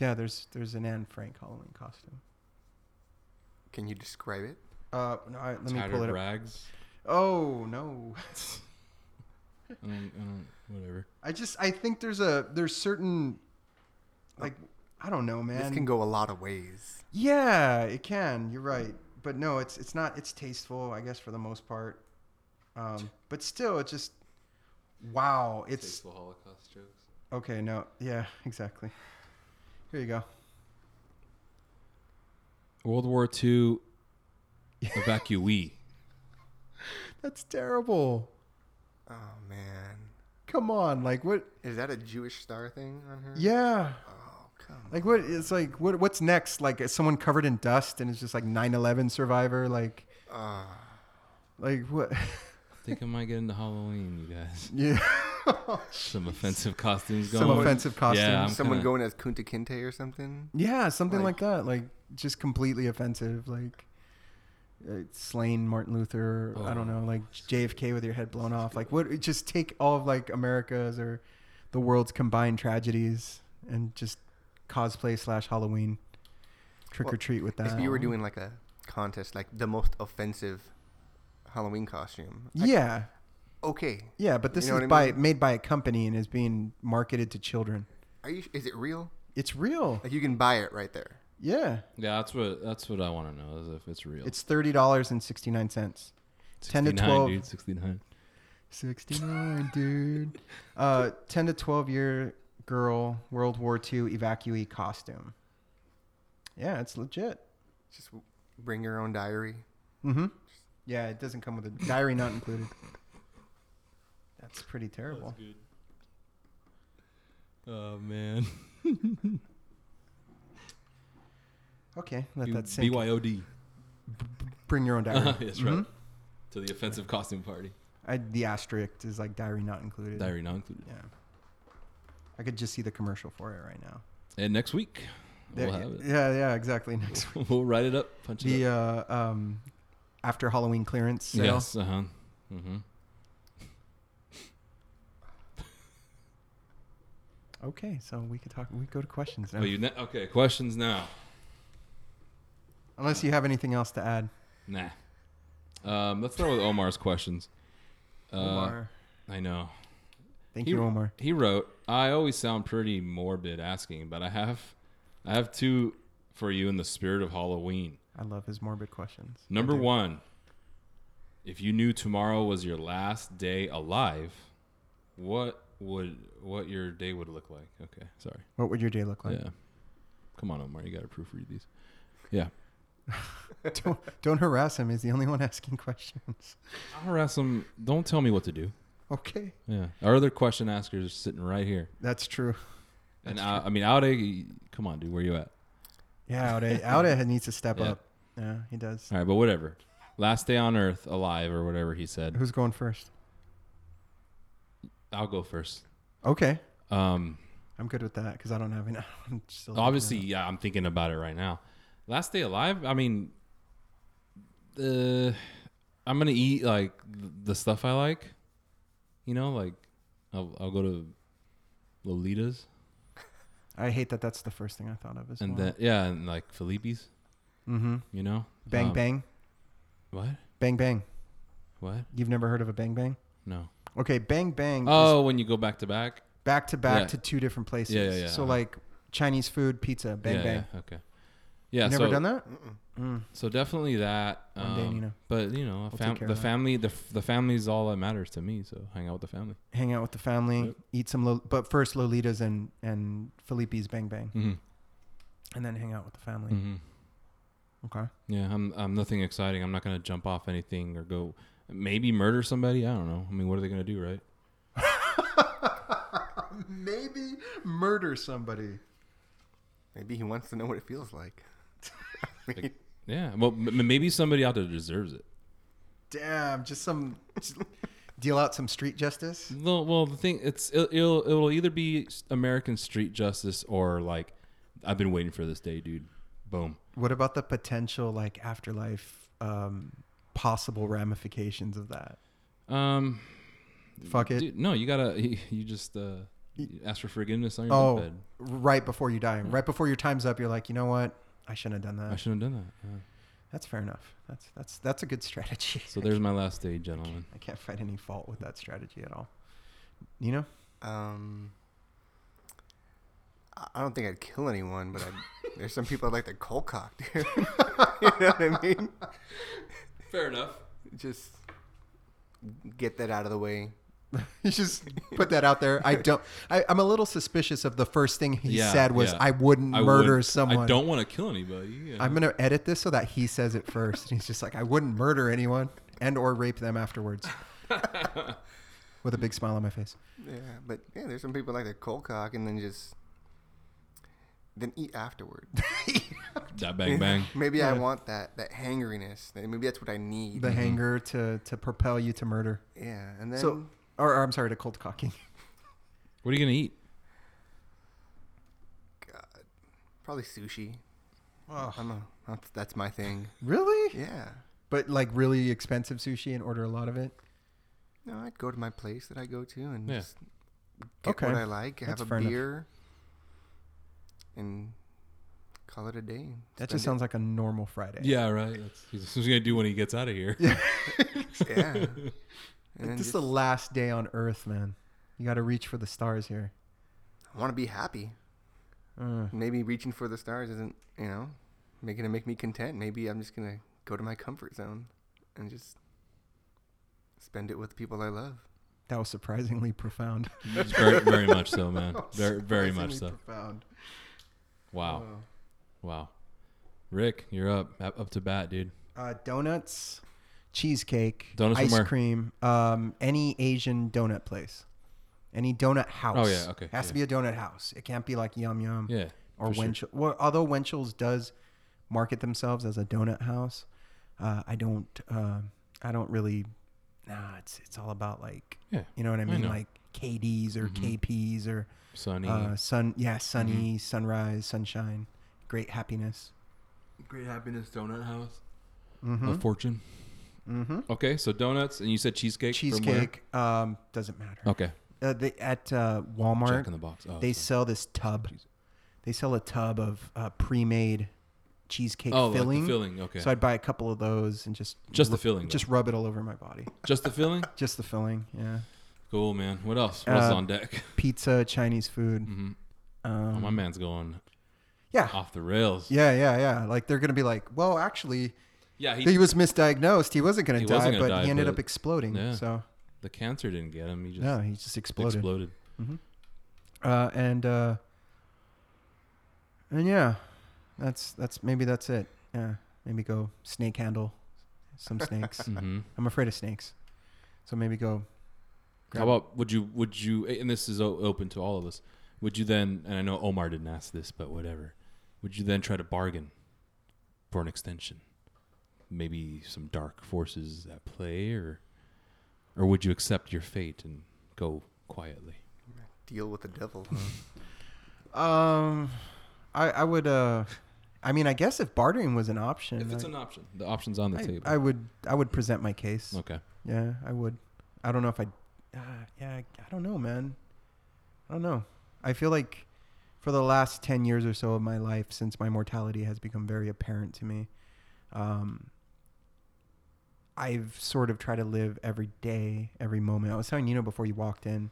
A: Yeah, there's there's an Anne Frank Halloween costume.
D: Can you describe it?
A: Uh, no, I, let me
C: Tattered
A: pull it up.
C: rags.
A: Oh no!
C: I don't, I don't, whatever.
A: I just I think there's a there's certain like I don't know, man.
D: this can go a lot of ways.
A: Yeah, it can. You're right, but no, it's it's not. It's tasteful, I guess, for the most part. Um, but still, it just wow. It's
C: Holocaust jokes.
A: okay. No, yeah, exactly. Here you go.
C: World War II evacuee.
A: That's terrible.
D: Oh, man.
A: Come on, like what?
D: Is that a Jewish star thing on her?
A: Yeah,
D: Oh, come
A: Like what? It's like what? What's next? Like is someone covered in dust, and it's just like 9/11 survivor. Like,
D: on.
A: like what?
C: I think I might get into Halloween, you guys.
A: yeah.
C: Some offensive costumes going.
A: Some offensive costumes.
C: Yeah, I'm
D: Someone
C: kinda-
D: going as Kunta Kinte or something?
A: yeah, something like,
D: Like-
A: that. Like just completely offensive. Like uh, slain Martin Luther. I don't know. Like JFK with your head blown off. Like what? Just take all of like America's or the world's combined tragedies and just cosplay slash Halloween trick or
D: Well,
A: treat with that.
D: If you were doing like a contest, like the most offensive Halloween costume. I-
A: yeah.
D: okay.
A: Yeah, but this
D: You know
A: is
D: what I
A: by
D: mean?
A: made by a company and is being marketed to children.
D: Are you, is it real?
A: It's real.
D: Like you can buy it right there.
A: Yeah,
C: Yeah, that's what that's what I want to know is if it's real.
A: it's thirty dollars and sixty nine cents. 10 to
C: 69,
A: 12.
C: dude, 69.
A: Sixty nine, dude. Uh, ten to twelve year girl World War II evacuee costume. Yeah, it's legit.
D: Just w- bring your own diary.
A: Mm-hmm. Yeah, it doesn't come with a diary, not included. That's pretty terrible.
C: Oh man.
A: Okay, let
C: B-
A: that sink.
C: BYOD.
A: Bring your own diary.
C: That's
A: Mhm.
C: right. To the offensive costume party.
A: I, the asterisk is like diary not included.
C: Diary not included.
A: Yeah. I could just see the commercial for it right now.
C: And next week we'll
A: There-
C: have it.
A: Yeah, yeah, exactly. Next week.
C: we'll write it up. Punch it
A: The
C: up.
A: uh, um, after Halloween clearance sale.
C: Yes. Uh huh. Mm-hmm.
A: Okay, so we could talk. We go to questions now.
C: Oh, you ne- okay? Questions now.
A: Unless you have anything else to add.
C: Nah. Um, let's start with Omar's questions.
A: Omar.
C: I know.
A: Thank
C: He,
A: you, Omar.
C: he wrote, "I always sound pretty morbid asking, but I have, I have two for you in the spirit of Halloween.
A: I love his morbid questions.
C: Number one, if you knew tomorrow was your last day alive, what would what your day would look like? Okay, sorry.
A: What would your day look like?
C: Yeah, come on, Omar, you got to proofread these. Yeah,
A: don't, don't harass him. He's the only one asking questions.
C: I'll harass him. Don't tell me what to do.
A: Okay,
C: Yeah, our other question askers are sitting right here,
A: that's true.
C: and I, I mean, Aude, come on, dude, where you at?
A: Yeah, Aude, Aude needs to step
C: Yeah.
A: up. Yeah, he does.
C: All right, but whatever. Last day on Earth, alive or whatever he said.
A: Who's going first?
C: I'll go first.
A: Okay,
C: Um,
A: I'm good with that because I don't have any. I'm still
C: obviously, yeah, I'm thinking about it right now. Last day alive. I mean, the I'm gonna eat like the stuff I like. You know, like I'll, I'll go to Lolita's
A: I hate that. That's the first thing I thought of as
C: and
A: well.
C: then yeah, and like Felipe's.
A: mm-hmm.
C: You know,
A: Bang
C: Um,
A: bang,
C: What?
A: bang bang.
C: What?
A: You've never heard of a bang bang?
C: No.
A: Okay, bang bang. is
C: Oh, when you go back to back.
A: back to back
C: yeah.
A: to two different places.
C: Yeah, yeah, yeah,
A: So
C: uh-huh.
A: like Chinese food, pizza, bang
C: Yeah,
A: bang.
C: yeah, okay. Yeah.
A: you never
C: so,
A: done that? Mm,
C: So definitely that.
A: One day,
C: um,
A: Nina.
C: But you know, a
A: We'll
C: fam-
A: take care
C: the
A: of that.
C: family, the f- the family is all that matters to me. So hang out with the family.
A: Hang out with the family,
C: Yep.
A: eat some, lo- but first Lolitas and and Felipe's bang bang,
C: Mm-hmm.
A: and then hang out with the family.
C: hmm
A: Okay.
C: Yeah, I'm I'm nothing exciting. I'm not gonna jump off anything or go maybe murder somebody. I don't know. I mean, what are they gonna do, right?
A: Maybe murder somebody.
D: Maybe he wants to know what it feels like.
C: Like, yeah. Well, m- m- maybe somebody out there deserves it.
A: Damn, just some just deal out some street justice.
C: Well, well the thing it's it'll, it'll it'll either be s- American street justice or like I've been waiting for this day, dude. Boom.
A: What about the potential like afterlife um possible ramifications of that?
C: Um,
A: Fuck it.
C: dude, no, you gotta you, you just uh you ask for forgiveness on your
A: oh,
C: deathbed.
A: right before you die, right before your time's up, you're like, "You know what? I shouldn't have done
C: Hmm. I
A: that."
C: shouldn't have done that. Yeah.
A: That's fair enough. That's that's that's a good strategy.
C: So there's my last day, gentlemen.
A: I can't find any fault with that strategy at all. You know?
D: Um, I- I don't think I'd kill anyone, but I'd, there's some people I'd like to cold cock, dude. you know what I mean?
C: Fair enough.
D: Just get that out of the way.
A: You just put that out there. I don't. I, I'm a little suspicious of the first thing he
C: Yeah,
A: said was,
C: yeah.
A: "I wouldn't murder someone."
C: I don't want to kill anybody. you know.
A: I'm gonna edit this so that he says it first, and he's just like, "I wouldn't murder anyone and or rape them afterwards," with a big smile on my face.
D: Yeah, but yeah, there's some people like to cold cock and then just then eat afterward.
C: that bang bang.
D: Maybe I
A: Yeah.
D: want that that hangeriness. Then Maybe that's what I need.
A: The hanger to to propel you to murder.
D: yeah, and then
A: So, or, or I'm sorry, to cold cocking.
C: What are you gonna eat?
D: God, probably sushi. I'm a, that's, that's my thing.
A: Really?
D: Yeah.
A: But like really expensive sushi and order a lot of it.
D: No, I'd go to my place that I go to and
C: Yeah.
D: just get
A: Okay.
D: what I like,
A: That's
D: have
A: fair
D: a
A: enough.
D: beer, and call it a day.
A: That just sounds like a normal Friday.
C: Yeah, right. That's, he's he's gonna do when he gets out of here.
D: sounds yeah. And then
A: Like, this is
D: just,
A: the last day on Earth, man. You got to reach for the stars here.
D: I want to be happy.
A: Uh,
D: Maybe reaching for the stars isn't you know making to make me content. Maybe I'm just gonna go to my comfort zone and just spend it with people I love.
A: that was surprisingly profound.
C: It's very, very much so, man. Very, very much so.
A: Surprisingly uh, Profound.
C: Wow, wow. Rick, you're up, up up to bat, dude.
A: Uh, donuts, cheesecake,
C: Donuts from
A: ice
C: where?
A: cream, um, any Asian donut place, any donut house.
C: Oh, yeah, okay,
A: Has to be
C: yeah.
A: a donut house. It can't be like Yum Yum.
C: Yeah,
A: Or
C: for sure.
A: Wenchel. Well, although Wenchels does market themselves as a donut house, uh, I don't. Uh, I don't really. Nah, it's it's all about like.
C: Yeah,
A: You know what I
C: I
A: mean?
C: know. Mm-hmm.
A: like KDs or KPs or
C: Sunny. Mm-hmm.
A: uh, sun. Yeah, sunny, sunrise, sunshine, great happiness.
C: Great happiness donut house. A fortune. Mm-hmm. Okay, so donuts, and you said cheesecake. from where?
A: Cheesecake um, doesn't matter.
C: Okay.
A: uh, they, at uh, Walmart,
C: Jack in the Box. Oh,
A: they
C: sorry.
A: sell this tub. They sell a tub of uh, pre-made cheesecake
C: Oh, like the
A: filling.
C: filling, okay.
A: So I'd buy a couple of those and just
C: Just the
A: ru-
C: filling, though.
A: Just rub it all over my body.
C: Just the filling.
A: Just the filling. Yeah.
C: Cool, man. What else? What else is
A: Uh,
C: on deck?
A: Pizza, Chinese food. Um,
C: Oh, my man's going
A: Yeah.
C: off the rails.
A: Ah. Yeah, yeah, yeah. Like they're gonna be like, well, actually,
C: Yeah,
A: he, was misdiagnosed. He wasn't gonna
C: He
A: die,
C: wasn't gonna
A: but
C: die,
A: he ended
C: but-
A: up exploding.
C: yeah.
A: So
C: the cancer didn't get him. He just
A: no, he just exploded.
C: exploded.
A: Uh, and uh, and yeah, that's that's maybe that's it. Yeah, maybe go snake handle some snakes.
C: Mhm.
A: I'm afraid of snakes, so maybe go.
C: How about would you would you and this is o- open to all of us? Would you then and I know Omar didn't ask this, but whatever. Would you then try to bargain for an extension? Maybe some dark forces at play or or would you accept your fate and go quietly?
D: Deal with the devil. huh?
A: Um, I I would uh, I mean I guess if bartering was an option,
C: If it's
A: I-
C: an option. The option's on the
A: I,
C: table.
A: I would I would present my case.
C: okay.
A: Yeah, I would. I don't know if I. Uh, yeah, I, I don't know, man. I don't know. I feel like for the last ten years or so of my life, since my mortality has become very apparent to me, um, I've sort of tried to live every day, every moment. I was telling Nino before you walked in,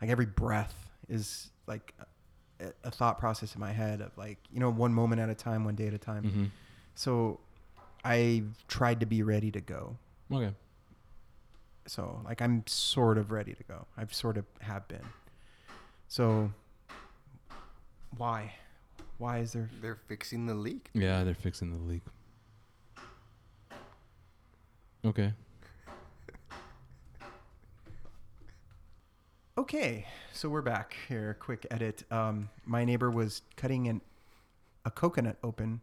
A: like every breath is like a, a thought process in my head of like you know one moment at a time, one day at a time. So I tried to be ready to go
C: Okay.
A: so like I'm sort of ready to go. I've sort of have been. So why? Why is there
D: They're fixing the leak.
C: Yeah, they're fixing the leak. Okay.
A: Okay, so we're back here. Quick edit. Um, my neighbor was cutting an a coconut open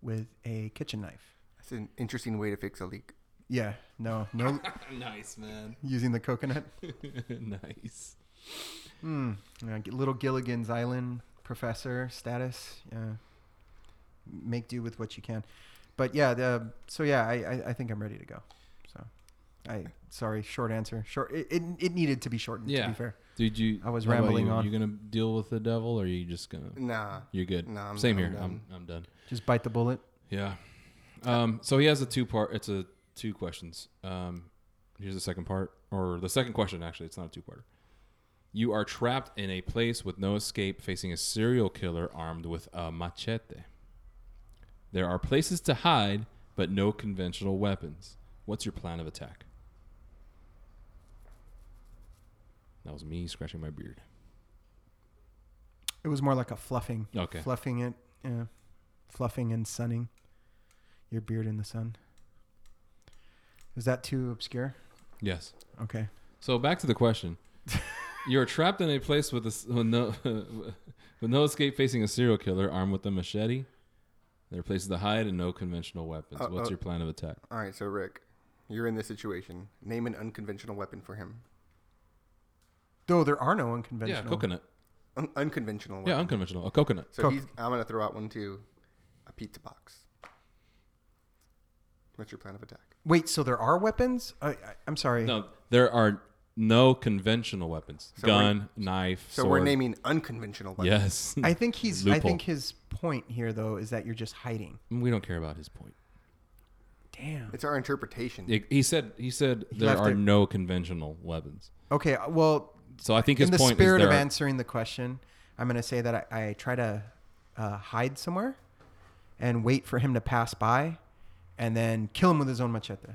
A: with a kitchen knife.
D: That's an interesting way to fix a leak.
A: Yeah, no, no
C: nice, man.
A: using the coconut.
C: nice.
A: Hmm. yeah, g- little Gilligan's Island professor status. Yeah. Make do with what you can. But yeah, the, so yeah, I, I, I think I'm ready to go. So I sorry, short answer. Short. It, it, it needed to be shortened.
C: Yeah.
A: To be fair.
C: Did you?
A: I was
C: how about
A: rambling
C: you?
A: on.
C: You gonna deal with the devil, or are you just gonna?
D: Nah.
C: You're good.
D: No, I'm-
C: Same
D: I'm
C: here.
D: done.
C: I'm I'm done.
A: Just bite the bullet.
C: Yeah. Um. So he has a two part. It's a two questions. Um. Here's the second part, or the second question. Actually, it's not a two parter. You are trapped in a place with no escape, facing a serial killer armed with a machete. There are places to hide, but no conventional weapons. What's your plan of attack? That was me scratching my beard.
A: It was more like a fluffing.
C: Okay.
A: Fluffing it. Yeah. Fluffing and sunning. Your beard in the sun. Is that too obscure?
C: Yes.
A: Okay.
C: So back to the question. You're trapped in a place with, a s with no with no escape, facing a serial killer armed with a machete. There are places to hide and no conventional
A: Uh,
C: weapons. What's your plan of attack?
D: All right, so Rick, you're in this situation. Name an unconventional weapon for him.
A: Though there are no
C: Yeah,
A: unconventional.
C: coconut.
D: Un- unconventional weapon.
C: Yeah, unconventional. A coconut.
D: So
A: Coke.
D: he's, I'm gonna throw out one too. A pizza box. What's your plan of attack?
A: Wait, so there are weapons? I, I, I'm sorry.
C: No, there are no conventional weapons.
D: So
C: Gun, knife,
D: So
C: sword.
D: we're naming unconventional
C: Yes.
D: weapons.
A: I think he's. I
C: Hmm. Loophole.
A: think his point here, though, is that you're just hiding.
C: we don't care about his point.
A: Damn.
D: It's our interpretation.
C: It- he said he said there
A: left
C: are
A: it-
C: no conventional weapons.
A: Okay. uh, Well,
C: So I think his
A: in the
C: point is
A: spirit
C: there
A: of
C: are-
A: answering the question, I'm going to say that I, I try to uh, hide somewhere and wait for him to pass by, and then kill him with his own machete.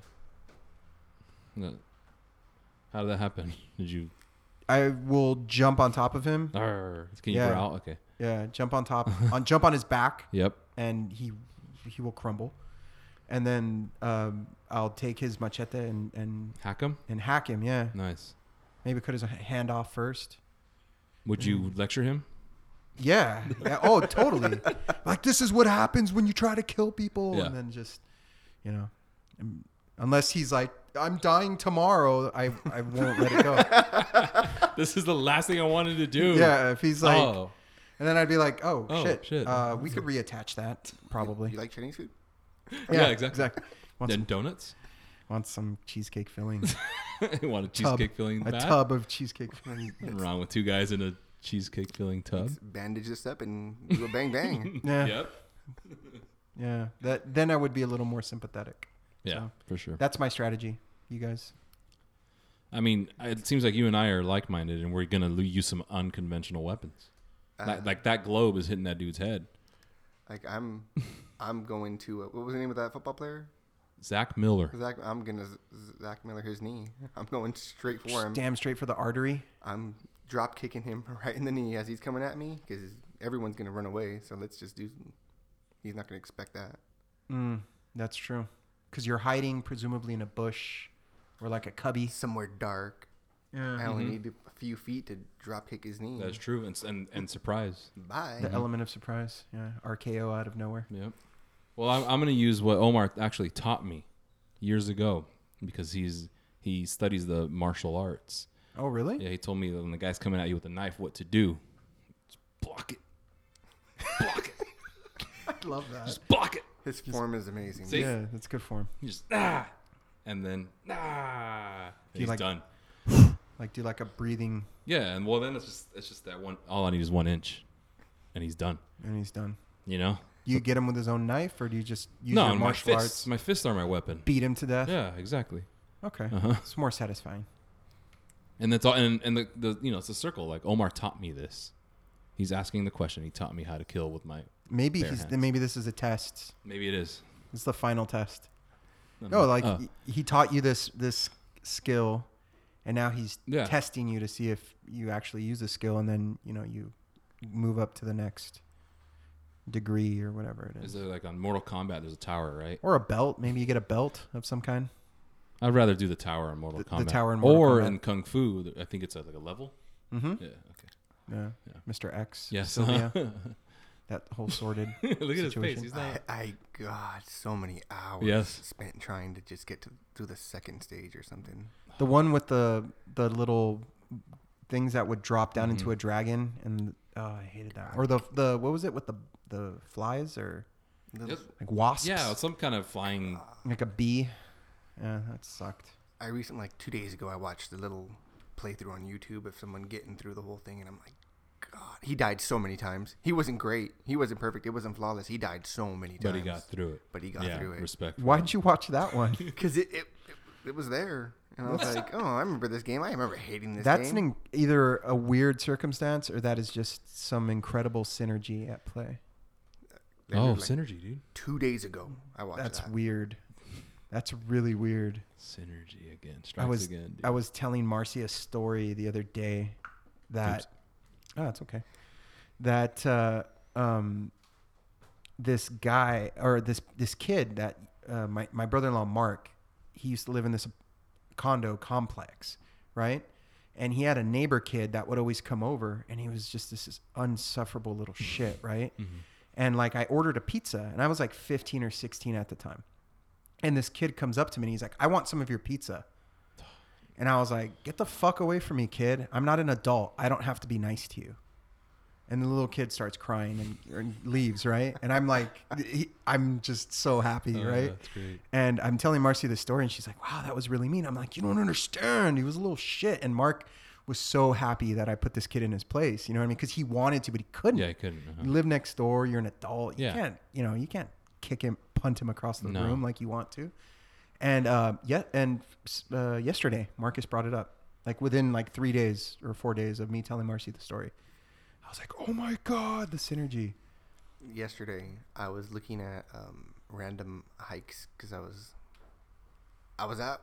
C: No. How did that happen? Did you?
A: I will jump on top of him.
C: Arr, can you
A: Yeah.
C: growl? Okay.
A: Yeah, jump on top, on jump on his back,
C: Yep.
A: and he he will crumble, and then um, I'll take his machete and and
C: Hack him.
A: and hack him. Yeah,
C: Nice.
A: maybe cut his hand off first.
C: Would you lecture him?
A: Yeah. yeah. Oh, totally. like this is what happens when you try to kill people,
C: Yeah.
A: and then just, you know, um, unless he's like, I'm dying tomorrow, I I won't let it go.
C: This is the last thing I wanted to do.
A: yeah. If he's like,
C: oh,
A: and then I'd be like, oh,
C: Oh,
A: shit,
C: shit.
A: Uh, we could reattach that probably.
D: You like Chinese food?
C: yeah, exactly.
A: Want
C: Then
A: some,
C: donuts.
A: want some cheesecake filling?
C: Want a
A: Tub.
C: cheesecake filling
A: a
C: bath?
A: tub of cheesecake filling.
C: Nothing wrong with two guys in a cheesecake filling tub.
D: Bandage this up and do a bang bang.
A: Yeah.
C: Yep.
A: Yeah. That then I would be a little more sympathetic.
C: Yeah,
A: So,
C: for sure.
A: That's my strategy. You guys.
C: I mean, it seems like you and I are like minded, and we're gonna lo- use some unconventional weapons.
A: Uh,
C: like, like that globe is hitting that dude's head.
D: Like I'm, I'm going to uh, what was the name of that football player?
C: Zach Miller.
D: Zach. I'm gonna Z- Zach Miller his knee. I'm going straight for him.
A: Damn straight for the artery.
D: I'm drop kicking him right in the knee as he's coming at me because everyone's gonna run away. So let's just do. He's not gonna expect that.
A: Mm, that's true. Because you're hiding presumably in a bush or like a cubby.
D: Somewhere dark. I
A: Yeah.
D: only need a few feet to drop kick his knee.
C: Mm-hmm. That's true, and s- and, and surprise.
D: Bye.
C: Mm-hmm.
A: The element of surprise. Yeah. RKO out of nowhere.
C: Yep. Well, I'm, I'm going to use what Omar actually taught me years ago because he's he studies the martial arts.
A: Oh, really?
C: Yeah, he told me that when the guy's coming at you with a knife, what to do. Just block it. Block it.
A: I love that.
C: Just block it.
D: His form is amazing.
C: See?
A: Yeah, that's good form.
C: You just ah, and then ah, and
A: you
C: he's
A: like-
C: done.
A: Like do like a breathing
C: Yeah, and well, then it's just it's just that one. All I need is one inch, and he's done.
A: and he's done.
C: You know?
A: You get him with his own knife or do you just use
C: no,
A: your
C: and my
A: martial
C: fists.
A: arts?
C: My fists are my weapon.
A: Beat him to death.
C: Yeah, exactly.
A: Okay.
C: Uh-huh.
A: It's more satisfying.
C: And that's all. And, and the, the you know it's a circle. Like Omar taught me this. He's asking the question. He taught me how to kill with my.
A: Maybe
C: Bare
A: he's
C: hands.
A: maybe this is a test.
C: Maybe it is.
A: It's the final test.
C: I don't
A: No,
C: know.
A: like
C: Uh,
A: y- he taught you this this skill, and now he's
C: Yeah.
A: testing you to see if you actually use the skill, and then you know you move up to the next degree or whatever it is,
C: is there like on Mortal Kombat? There's a tower, right?
A: or a belt. Maybe you get a belt of some kind.
C: I'd rather do the tower in Mortal
A: The- the
C: Kombat.
A: tower in Mortal
C: or
A: Kombat.
C: in Kung Fu. th- I think it's at like a level.
A: Mm-hmm.
C: Yeah. Okay.
A: Yeah.
C: Yeah.
A: Mr. X.
C: Yes.
A: Sylvia. that whole sorted.
C: Look at his face.
A: Situation.
C: He's
D: I,
C: not.
D: I God, so many hours
C: Yes.
D: spent trying to just get to, to the second stage or something.
A: The one with the the little things that would drop down into
C: Mm-hmm.
A: a dragon, and oh, I hated that. Or the the what was it with the the flies or
D: The-
C: Yes.
A: like wasps?
C: Yeah, some kind of flying.
A: like a bee. Yeah, that sucked.
D: I recently, like two days ago, I watched the little playthrough on YouTube of someone getting through the whole thing, and I'm like, God, he died so many times. He wasn't great. He wasn't perfect. It wasn't flawless. He died so many times.
C: But he got through it.
D: But he got
C: yeah,
D: through it.
C: Respect. for him.
A: Why'd you watch that one?
D: because it, it, it it was there, and I was like, oh, I remember this game. I remember hating this.
A: That's an,
D: game.
A: in- either a weird circumstance or that is just some incredible synergy at play.
C: Oh,
D: Like,
C: synergy, dude.
D: two days ago, I watched
A: That's
D: that.
A: weird. That's really weird.
C: Synergy again.
A: I
C: Strikes
A: was
C: again. Dude.
A: I was telling Marcy a story the other day that oh, it's okay. That uh, um, this guy or this this kid that uh, my my brother in law Mark, he used to live in this condo complex, right? And he had a neighbor kid that would always come over, and he was just this unsufferable little shit, right?
C: Mm-hmm.
A: And like I ordered a pizza, and I was like 15 or 16 at the time. And this kid comes up to me and he's like, I want some of your pizza. And I was like, Get the fuck away from me, kid. I'm not an adult. I don't have to be nice to you. And the little kid starts crying and, and leaves, right? And I'm like, he- I'm just so happy,
C: Oh,
A: right?
C: that's great.
A: And I'm telling Marcy the story, and she's like, "Wow, that was really mean." I'm like, "You don't understand. He was a little shit." And Mark was so happy that I put this kid in his place. You know what I mean? Because he wanted to, but he couldn't.
C: Yeah, I couldn't. uh-huh.
A: You live next door. You're an adult. You
C: Yeah.
A: can't, you know, you can't kick him, punt him across the
C: No.
A: room like you want to. And uh, yeah, and uh, yesterday Marcus brought it up. Like within like three days or four days of me telling Marcy the story, I was like, "Oh my god, the synergy!"
D: yesterday I was looking at um, random hikes because I was I was at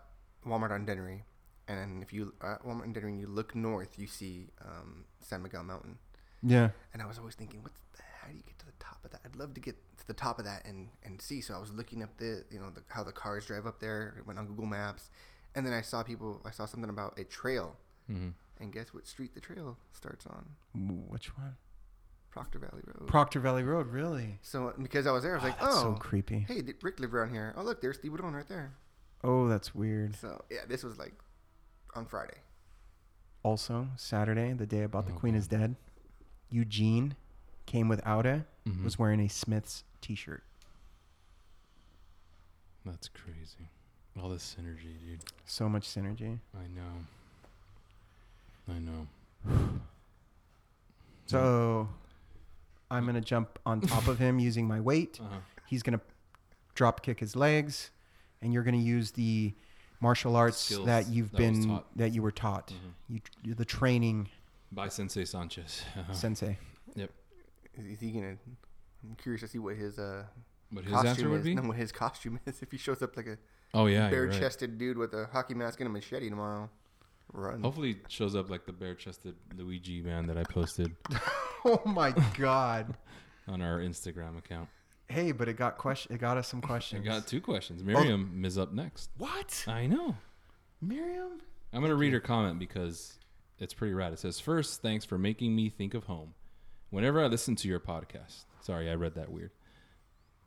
D: Walmart on Denry, and then if you are at Walmart on Denry and you look north, you see um, San Miguel Mountain.
A: Yeah,
D: And I was always thinking, what's the, how do you get to the top of that? I'd love to get to the top of that and, and see. So I was looking up the you know the, how the cars drive up there. It went on Google Maps, and then I saw people. I saw something about a trail,
C: Mm-hmm.
D: and guess what street the trail starts on?
A: which one?
D: Proctor Valley Road.
A: Proctor Valley Road, really?
D: so because I was there, I was
C: Ah,
D: like,
A: That's so
D: oh,
A: creepy.
D: hey, did Rick live around here? Oh, look, there's Steve Woodon right there.
A: Oh, that's weird.
D: So yeah, this was like on Friday.
A: Also, Saturday, the day about the Queen is dead, Eugene came with Auda, was wearing a Smith's T-shirt.
C: That's crazy. All this synergy, dude.
A: So much synergy.
C: I know. I know.
A: So I'm gonna jump on top of him using my weight.
C: Uh-huh.
A: He's going to drop kick his legs, and you're going to use the martial arts
C: Skills
A: that you've
C: that was
A: been
C: taught.
A: that you were taught. Mm-hmm. You You the training
C: by Sensei Sanchez.
A: sensei.
C: yep.
D: Is, is he gonna? I'm curious to see what his uh
C: What his
D: costume
C: answer would
D: is.
C: be?
D: No, what his costume is. If he shows up like a
C: Oh yeah, you're right.
D: bare-chested dude with a hockey mask and a machete tomorrow, run.
C: Hopefully, it shows up like the bare-chested Luigi man that I posted
A: Oh my god.
C: on our Instagram account.
A: Hey, but it got question. It got us some
C: I
A: questions.
C: got two
D: Oh.
C: questions. Miriam is up next.
A: what?
C: I know.
A: Miriam?
C: I'm gonna read her comment because it's pretty rad. It says, First, thanks for making me think of home. Whenever I listen to your podcast, sorry, I read that weird.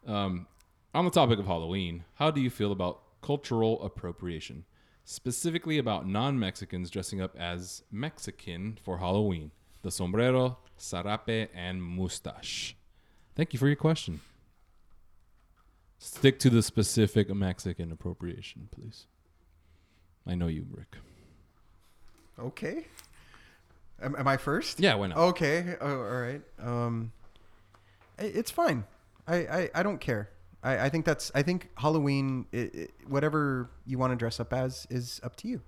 C: Um, on the topic of Halloween, how do you feel about cultural appropriation, specifically about non-Mexicans dressing up as Mexican for Halloween? The sombrero, sarape, and mustache. Thank you for your question. Stick to the specific Mexican appropriation, please. I know you, Rick.
A: Okay. Am, am I first?
C: Yeah, why not?
A: Okay. Oh, all right. Um, i- it's fine. I, I, I don't care. I, I think that's I think Halloween, i i whatever you want to dress up as, is up to you.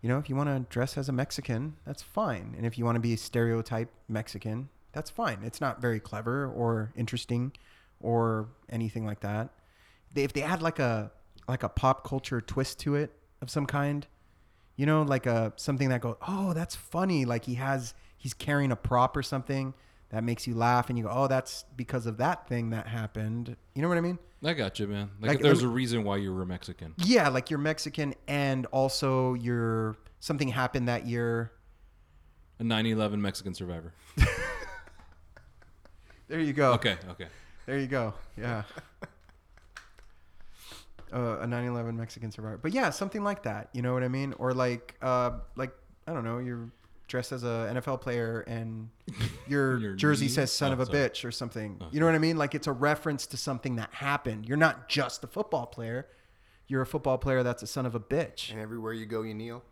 A: You know, if you want to dress as a Mexican, that's fine. And if you want to be stereotype Mexican, that's fine. It's not very clever or interesting or anything like that. They, if they add like a like a pop culture twist to it of some kind, you know, like a something that goes, oh, that's funny. Like he has, he's carrying a prop or something that makes you laugh, and you go, oh, that's because of that thing that happened. You know what I mean?
C: I got you, man. Like,
A: Like,
C: if there's
A: let
C: a reason why you were Mexican.
A: Yeah, like you're Mexican, and also you're something happened that year.
C: A 9/11 Mexican survivor.
A: There you go.
C: Okay, okay.
A: There you go. Yeah. Uh, a 9/11 Mexican survivor, but yeah, something like that. You know what I mean? Or like, uh, like I don't know, you're dressed as a NFL player and your,
C: Your
A: jersey
C: knee-
A: says "son
C: oh,
A: of a
C: sorry.
A: bitch" or something. You know what I mean? Like it's a reference to something that happened. You're not just a football player. You're a football player that's a son of a bitch.
D: And everywhere you go, you kneel.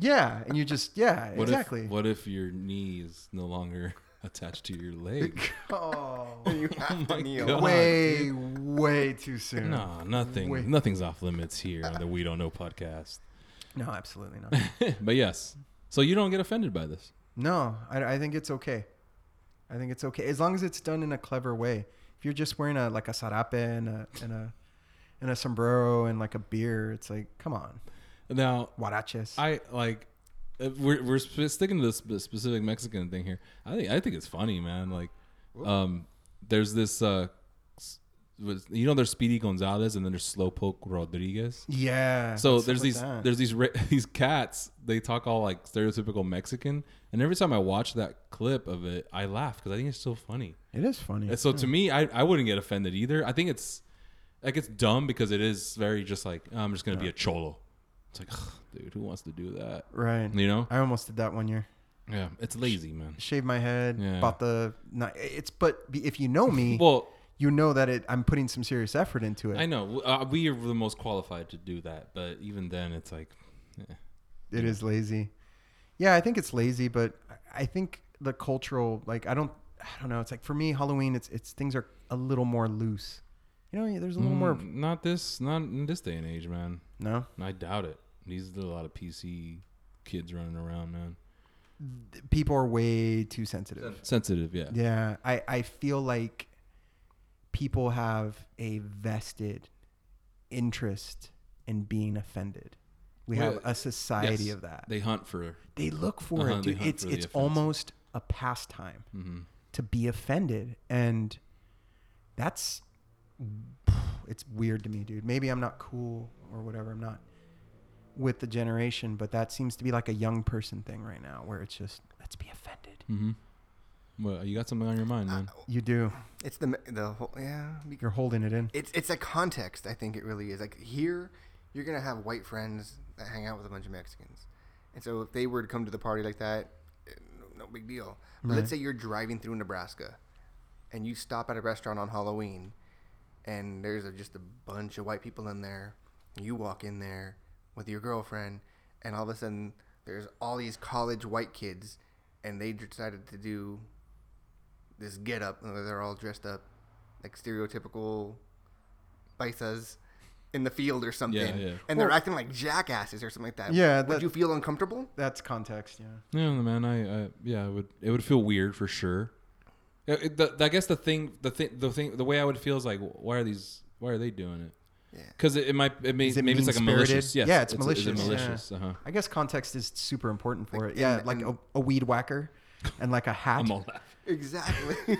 A: Yeah, and you just yeah,
C: What
A: exactly.
C: If, what if your knee is no longer attached to your leg?
A: oh,
D: You have to kneel.
C: God.
A: way, way too soon.
C: no, nothing.
A: Wait.
C: Nothing's off limits here on the We Don't Know podcast.
A: no, absolutely not.
C: but yes, so you don't get offended by this.
A: No, I, I think it's okay. I think it's okay as long as it's done in a clever way. If you're just wearing a like a sarape and a and a and a sombrero and like a beer, it's like come on,
C: Now,
A: huaraches.
C: I like. uh, We're we're sp- sticking to this sp- specific Mexican thing here. I think I think it's funny, man. Like, um, there's this. Uh, s- was- you know, there's Speedy Gonzalez, and then there's Slowpoke Rodriguez.
A: yeah.
C: So
A: stuff
C: there's
A: like
C: these
A: that.
C: there's these ra- these cats. They talk all like stereotypical Mexican, and every time I watch that clip of it, I laugh because I think it's so funny.
A: It is funny.
C: And so to me, I, I wouldn't get offended either. I think it's like it's dumb because it is very just like "Oh, I'm just gonna be a cholo. It's like, ugh, dude, who wants to do that?
A: right.
C: You know?
A: I almost did that one year.
C: Yeah, it's lazy, man.
A: Shaved my head.
C: Yeah.
A: Bought the. Not, it's but be- if you know me,
C: Well,
A: you know that it. I'm putting some serious effort into it.
C: I know uh, we are the most qualified to do that, but even then, it's like, eh.
A: It is lazy. Yeah, I think it's lazy, but I- I think the cultural like I don't I don't know. It's like for me Halloween it's it's things are a little more loose. You know, there's a little more
C: mm, not this, not in this day and age, man.
A: no.
C: I doubt it. These are a lot of PC kids running around, man.
A: People are way too sensitive.
C: Sensitive, yeah.
A: Yeah, I I feel like people have a vested interest in being offended. We have
C: Well,
A: a society
C: Yes.
A: of that.
C: They hunt for.
A: they look for
C: Uh-huh,
A: it.
C: they
A: Dude.
C: hunt
A: It's
C: for the
A: it's
C: offense. Mm-hmm.
A: almost a pastime to be offended, and that's it's weird to me, dude. Maybe I'm not cool or whatever. I'm not with the generation, but that seems to be like a young person thing right now, where it's just let's be offended.
C: Mm. Well, you got something on your mind, man.
A: You do.
D: It's the the whole yeah. be-
A: You're holding it in.
D: It's it's a context. I think it really is. Like here, you're gonna have white friends that hang out with a bunch of Mexicans, and so if they were to come to the party like that, eh, no, no big deal. But let's say you're driving through Nebraska, and you stop at a restaurant on Halloween, and there's a, just a bunch of white people in there. and You walk in there with your girlfriend, and all of a sudden there's all these college white kids, and they decided to do this get up. They're all dressed up like stereotypical paisas in the field or something,
C: yeah.
D: and they're acting like jackasses or something like that.
A: Yeah,
D: would
A: that-
D: you feel uncomfortable?
A: That's context, yeah.
C: Yeah, man. I, I yeah, it would it would feel weird for sure. Yeah, it- the- I guess the thing, the thing, the thing, the way I would feel is like, why are these? Why are they doing it?
D: Yeah.
C: Because it, it might, it may,
A: Is it
C: maybe it's like a
A: mean-spirited?
C: malicious. Yes,
A: Yeah, it's
C: is it
A: malicious, yeah.
C: malicious. Uh huh.
A: I guess context is super important for it.
D: Like,
A: Yeah,
D: and-
A: like
D: and-
A: a, a weed whacker and like a hat.
C: I'm all that.
D: Exactly.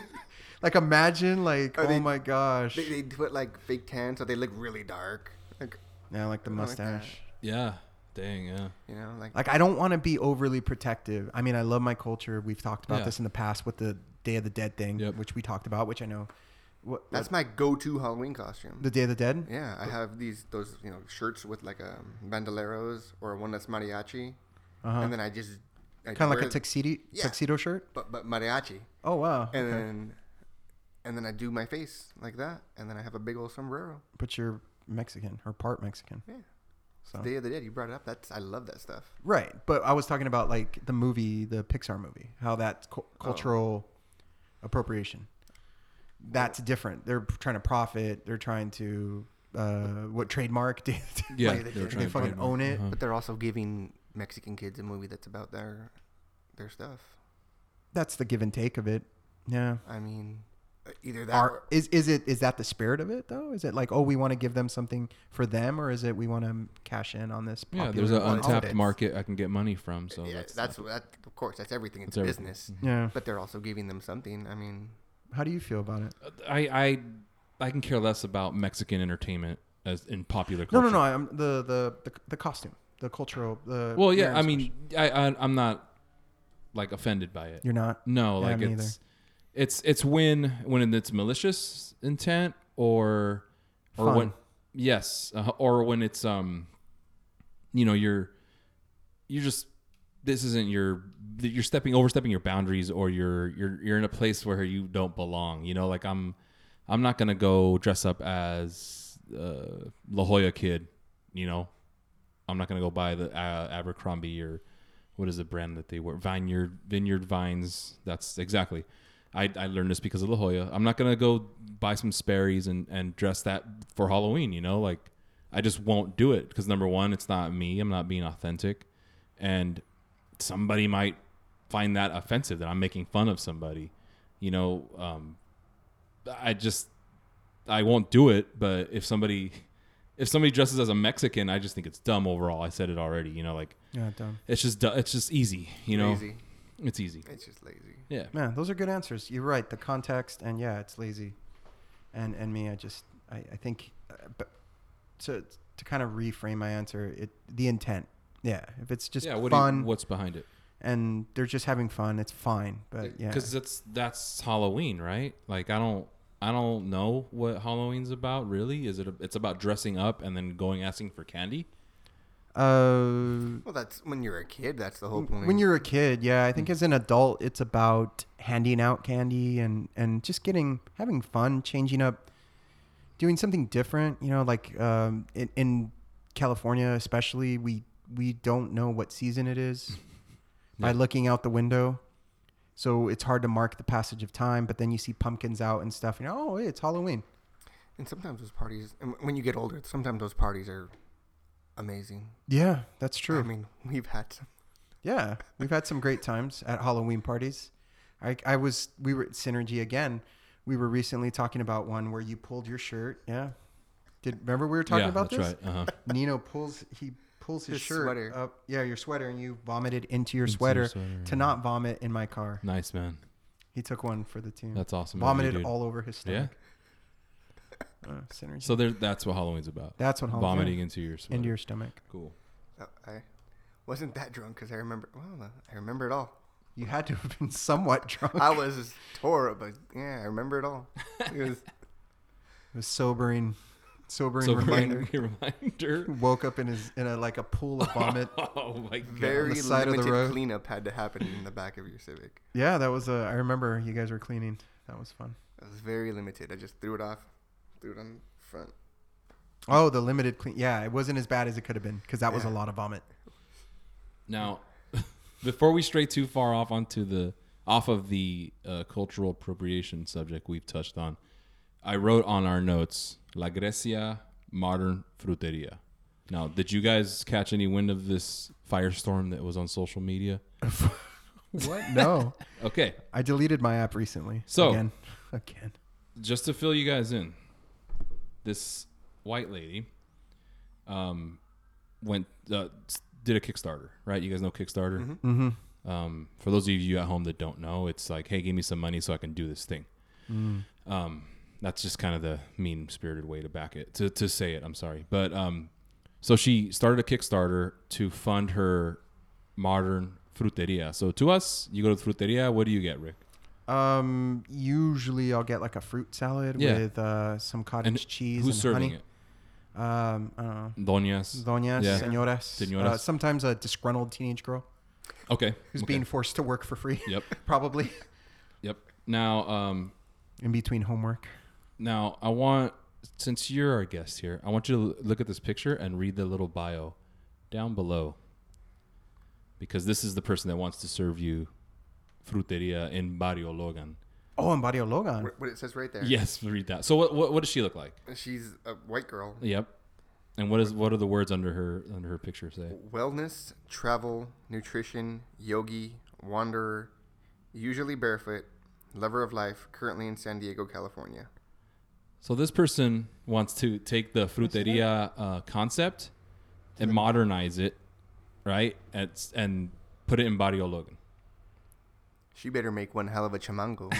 A: Like imagine like
D: Are
A: oh
D: they-
A: my gosh.
D: they, they put like fake tan, so they look really dark. Like
A: yeah, like the
D: like that.
A: mustache.
C: Yeah. Dang. Yeah.
D: you know, like,
A: Like I don't want to be overly protective. I mean, I love my culture. We've talked about
C: Yeah.
A: this in the past with the Day of the Dead thing,
C: Yep.
A: which we talked about, which I know. What,
D: that's my go-to Halloween costume.
A: the Day of the Dead?
D: yeah, I have these those you know shirts with like um, bandoleros or one that's mariachi,
A: Uh-huh.
D: and then I just I
A: Kind of like
D: wear
A: a tuxedo
D: Yeah.
A: tuxedo shirt.
D: but, but mariachi,
A: Oh wow.
D: and
A: okay.
D: then and then I do my face like that, and then I have a big old sombrero.
A: but you're Mexican or part Mexican.
D: Yeah.
A: So
D: Day of the Dead, you brought it up. That's I love that stuff.
A: right, but I was talking about like the movie, the Pixar movie, how that
D: Oh.
A: cu- cultural appropriation. That's different. They're trying to profit. They're trying to uh, what trademark? Day of the Dead.
C: Yeah.
D: Like,
C: they
D: they-
C: were
D: they
C: trying to
A: fucking
C: trademark.
A: own it.
C: Uh-huh.
D: But they're also giving Mexican kids a movie that's about their their stuff.
A: That's the give and take of it. Yeah.
D: I mean, uh, either that
A: Are,
D: or,
A: is is it is that the spirit of it though? Is it like oh we want to give them something for them, or is it we want to cash in on this?
C: Yeah.
A: popular
C: There's an
A: holiday?
C: untapped
D: holidays.
C: market I can get money from. So
D: yeah,
C: that's
D: that's, that. Of course, that's everything. It's
C: That's everything.
D: business.
A: Yeah.
D: But they're also giving them something. I mean,
A: How do you feel about it?
C: I I I can care less about Mexican entertainment as in popular
A: No,
C: culture.
A: no, no. I'm the the the, the costume, the cultural. The
C: Well, yeah, I
A: appearance
C: mean,
A: question.
C: I, I I'm not like offended by it.
A: you're not.
C: No,
A: Yeah,
C: like
A: me either.
C: it's it's it's when when it's malicious intent or or
A: Fun.
C: when yes uh, or when it's um you know you're you're just this isn't your you're stepping overstepping your boundaries or you're you're you're in a place where you don't belong you know like i'm i'm not gonna go dress up as uh la jolla kid you know i'm not gonna go buy the uh, abercrombie or what is the brand that they wear vineyard vineyard vines that's exactly I, I learned this because of La Jolla. I'm not gonna go buy some Sperry's and, and dress that for Halloween. You know, like I just won't do it because number one, it's not me. I'm not being authentic, and somebody might find that offensive that I'm making fun of somebody. You know, um, I just I won't do it. But if somebody if somebody dresses as a Mexican, I just think it's dumb overall. I said it already. You know, like
A: Yeah, dumb.
C: it's just du- it's just easy. You know,
D: lazy.
C: it's easy.
D: It's just lazy.
C: Yeah.
A: Man, those are good answers. You're right. The context and yeah, it's lazy, and and me, I just I, I think, uh, but to to kind of reframe my answer, it the intent. Yeah, if it's just
C: yeah. What do you-
A: fun
C: what's behind it?
A: and they're just having fun, it's fine. But yeah,
C: because that's that's Halloween, right? Like I don't I don't know what Halloween's about really. Is it? A, it's about dressing up and then going asking for candy.
A: uh,
D: Well, that's when you're a kid. That's the whole point.
A: when you're a kid, yeah, I think as an adult, it's about handing out candy and and just getting having fun, changing up, doing something different. You know, like um, in, in California, especially, we we don't know what season it is by looking out the window. So it's hard to mark the passage of time, but then you see pumpkins out and stuff, and you're, oh, hey, it's Halloween.
D: and sometimes those parties. And when you get older, sometimes those parties are amazing.
A: Yeah, that's true.
D: I mean, we've had some.
A: Yeah, we've had some great times at Halloween parties. I, I was we were at Synergy again. We were recently talking about one where you pulled your shirt. Yeah, did remember we were talking
C: yeah,
A: about
C: that's
A: this?
C: right. Uh-huh.
A: Nino pulls he pulls his,
D: His
A: shirt
D: sweater.
A: up. Yeah, your sweater, and you vomited into your
C: Into your
A: sweater,
C: sweater,
A: to
C: yeah.
A: not vomit in my car.
C: nice man.
A: He took one for the team.
C: That's awesome. of you,
A: vomited
C: dude.
A: all over his
C: Yeah.
A: stomach. Uh, synergy.
C: So there. That's what Halloween's about.
A: That's what Halloween-
C: vomiting into your sweater.
A: into your stomach.
C: cool.
D: uh, I wasn't that drunk because I remember. Well, I remember it all.
A: You had to have been somewhat drunk.
D: I was tore up, but yeah, I remember it all. It was,
A: It was sobering, sobering
C: So
A: reminder.
C: reminder. reminder.
A: Woke up in his in a like a pool of vomit.
C: Oh my god.
D: very
A: side of the
D: limited
A: road.
D: cleanup had to happen in the back of your Civic.
A: Yeah, that was. Uh, I remember you guys were cleaning. That was fun.
D: It was very limited. I just threw it off, threw it on front.
A: Oh, the limited clean. Yeah, it wasn't as bad as it could have been because that was a lot of vomit.
C: Now, before we stray too far off onto the off of the uh, cultural appropriation subject we've touched on, I wrote on our notes La Grecia Modern Fruteria. Now, did you guys catch any wind of this firestorm that was on social media?
A: What? No.
C: Okay,
A: I deleted my app recently.
C: So-
A: again, again.
C: just to fill you guys in, this white lady um, went uh, s- did a Kickstarter, right? You guys know Kickstarter. Um, for those of you at home that don't know, it's like, hey, give me some money so I can do this thing. Um, that's just kind of the mean spirited way to back it to to say it. I'm sorry, but um, so she started a Kickstarter to fund her modern fruteria. So to us, you go to fruteria, what do you get, Rick?
A: Um, usually I'll get like a fruit salad
C: Yeah.
A: with uh, some cottage cheese
C: who's
A: and
C: serving
A: honey. It? Um, I don't know.
C: it? Doñas.
A: Doñas,
C: Yeah.
A: señoras,
C: Señoras.
A: Uh, sometimes a disgruntled teenage girl
C: Okay.
A: who's
C: okay.
A: being forced to work for free.
C: Yep.
A: probably
C: Yep. Now, um,
A: in between homework.
C: now I want since you're our guest here, I want you to l- look at this picture and read the little bio down below, because this is the person that wants to serve you fruteria in Barrio Logan.
A: Oh, and Barrio Logan.
D: What, what it says right there.
C: Yes, read that. So what, what what does she look like?
D: She's a white girl.
C: Yep. And what is what are the words under her under her picture say?
D: Wellness, travel, nutrition, yogi, wanderer, usually barefoot, lover of life, currently in San Diego, California.
C: So this person wants to take the fruteria uh, concept and modernize it, right? And s- and put it in Barrio Logan.
D: She better make one hell of a chamango.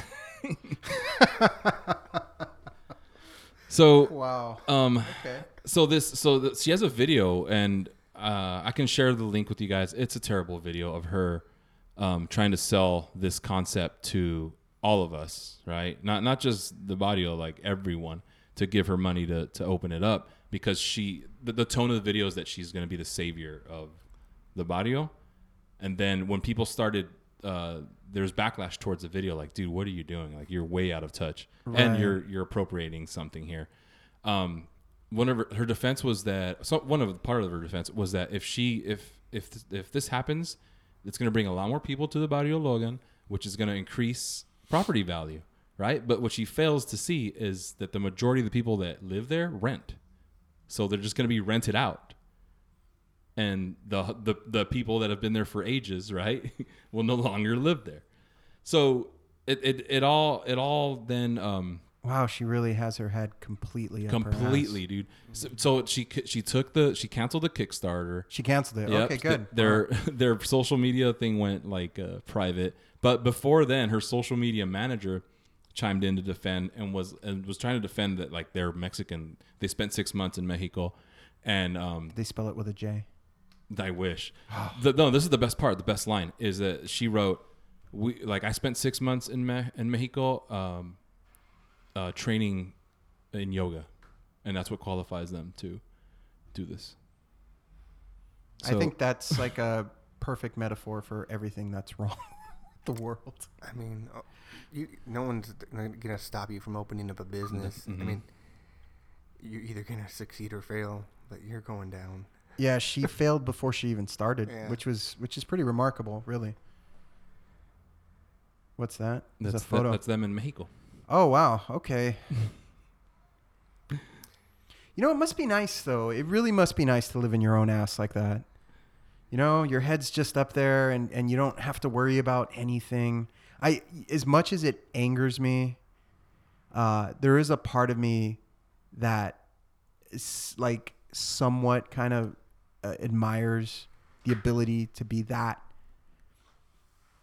C: So
A: Wow.
C: Um,
A: Okay.
C: So this, so th- she has a video, and uh, I can share the link with you guys. It's a terrible video of her um, trying to sell this concept to all of us, right? Not not just the body, like everyone, to give her money to to open it up because she the, the tone of the video is that she's going to be the savior of the barrio and then when people started uh, there's backlash towards the video like dude what are you doing like you're way out of touch and you're you're appropriating something here um one of her, her defense was that so one of part of her defense was that if she if if if this happens it's going to bring a lot more people to the barrio logan which is going to increase property value right but what she fails to see is that the majority of the people that live there rent so they're just going to be rented out and the, the the people that have been there for ages, right, will no longer live there. So it it, it all it all then um,
A: Wow, she really has her head completely up her ass.
C: completely, dude. So, so she c- she took the she canceled the Kickstarter.
A: She canceled it.
C: Yep.
A: Okay,
C: Th-
A: good.
C: Their their social media thing went like uh, private, but before then, her social media manager chimed in to defend and was and was trying to defend that like they're Mexican. They spent six months in Mexico, and um,
A: they spell it with a J.
C: I wish. The- no, this is the best part. The best line is that she wrote, "We like I spent six months in Me- in Mexico, um, uh, training in yoga, and that's what qualifies them to do this."
A: I think that's like a perfect metaphor for everything that's wrong with the world.
D: I mean, uh, you, no one's going to stop you from opening up a business. I mean, you're either going to succeed or fail, but you're going down.
A: Yeah, she failed before she even started,
D: Yeah.
A: which was which is pretty remarkable, really. What's that? There's
C: that's
A: a photo.
C: that's them in Mexico.
A: Oh wow. Okay. you know, it must be nice though. It really must be nice to live in your own ass like that. You know, your head's just up there and, and you don't have to worry about anything. I as much as it angers me, uh, there is a part of me that is like somewhat kind of uh, admires the ability to be that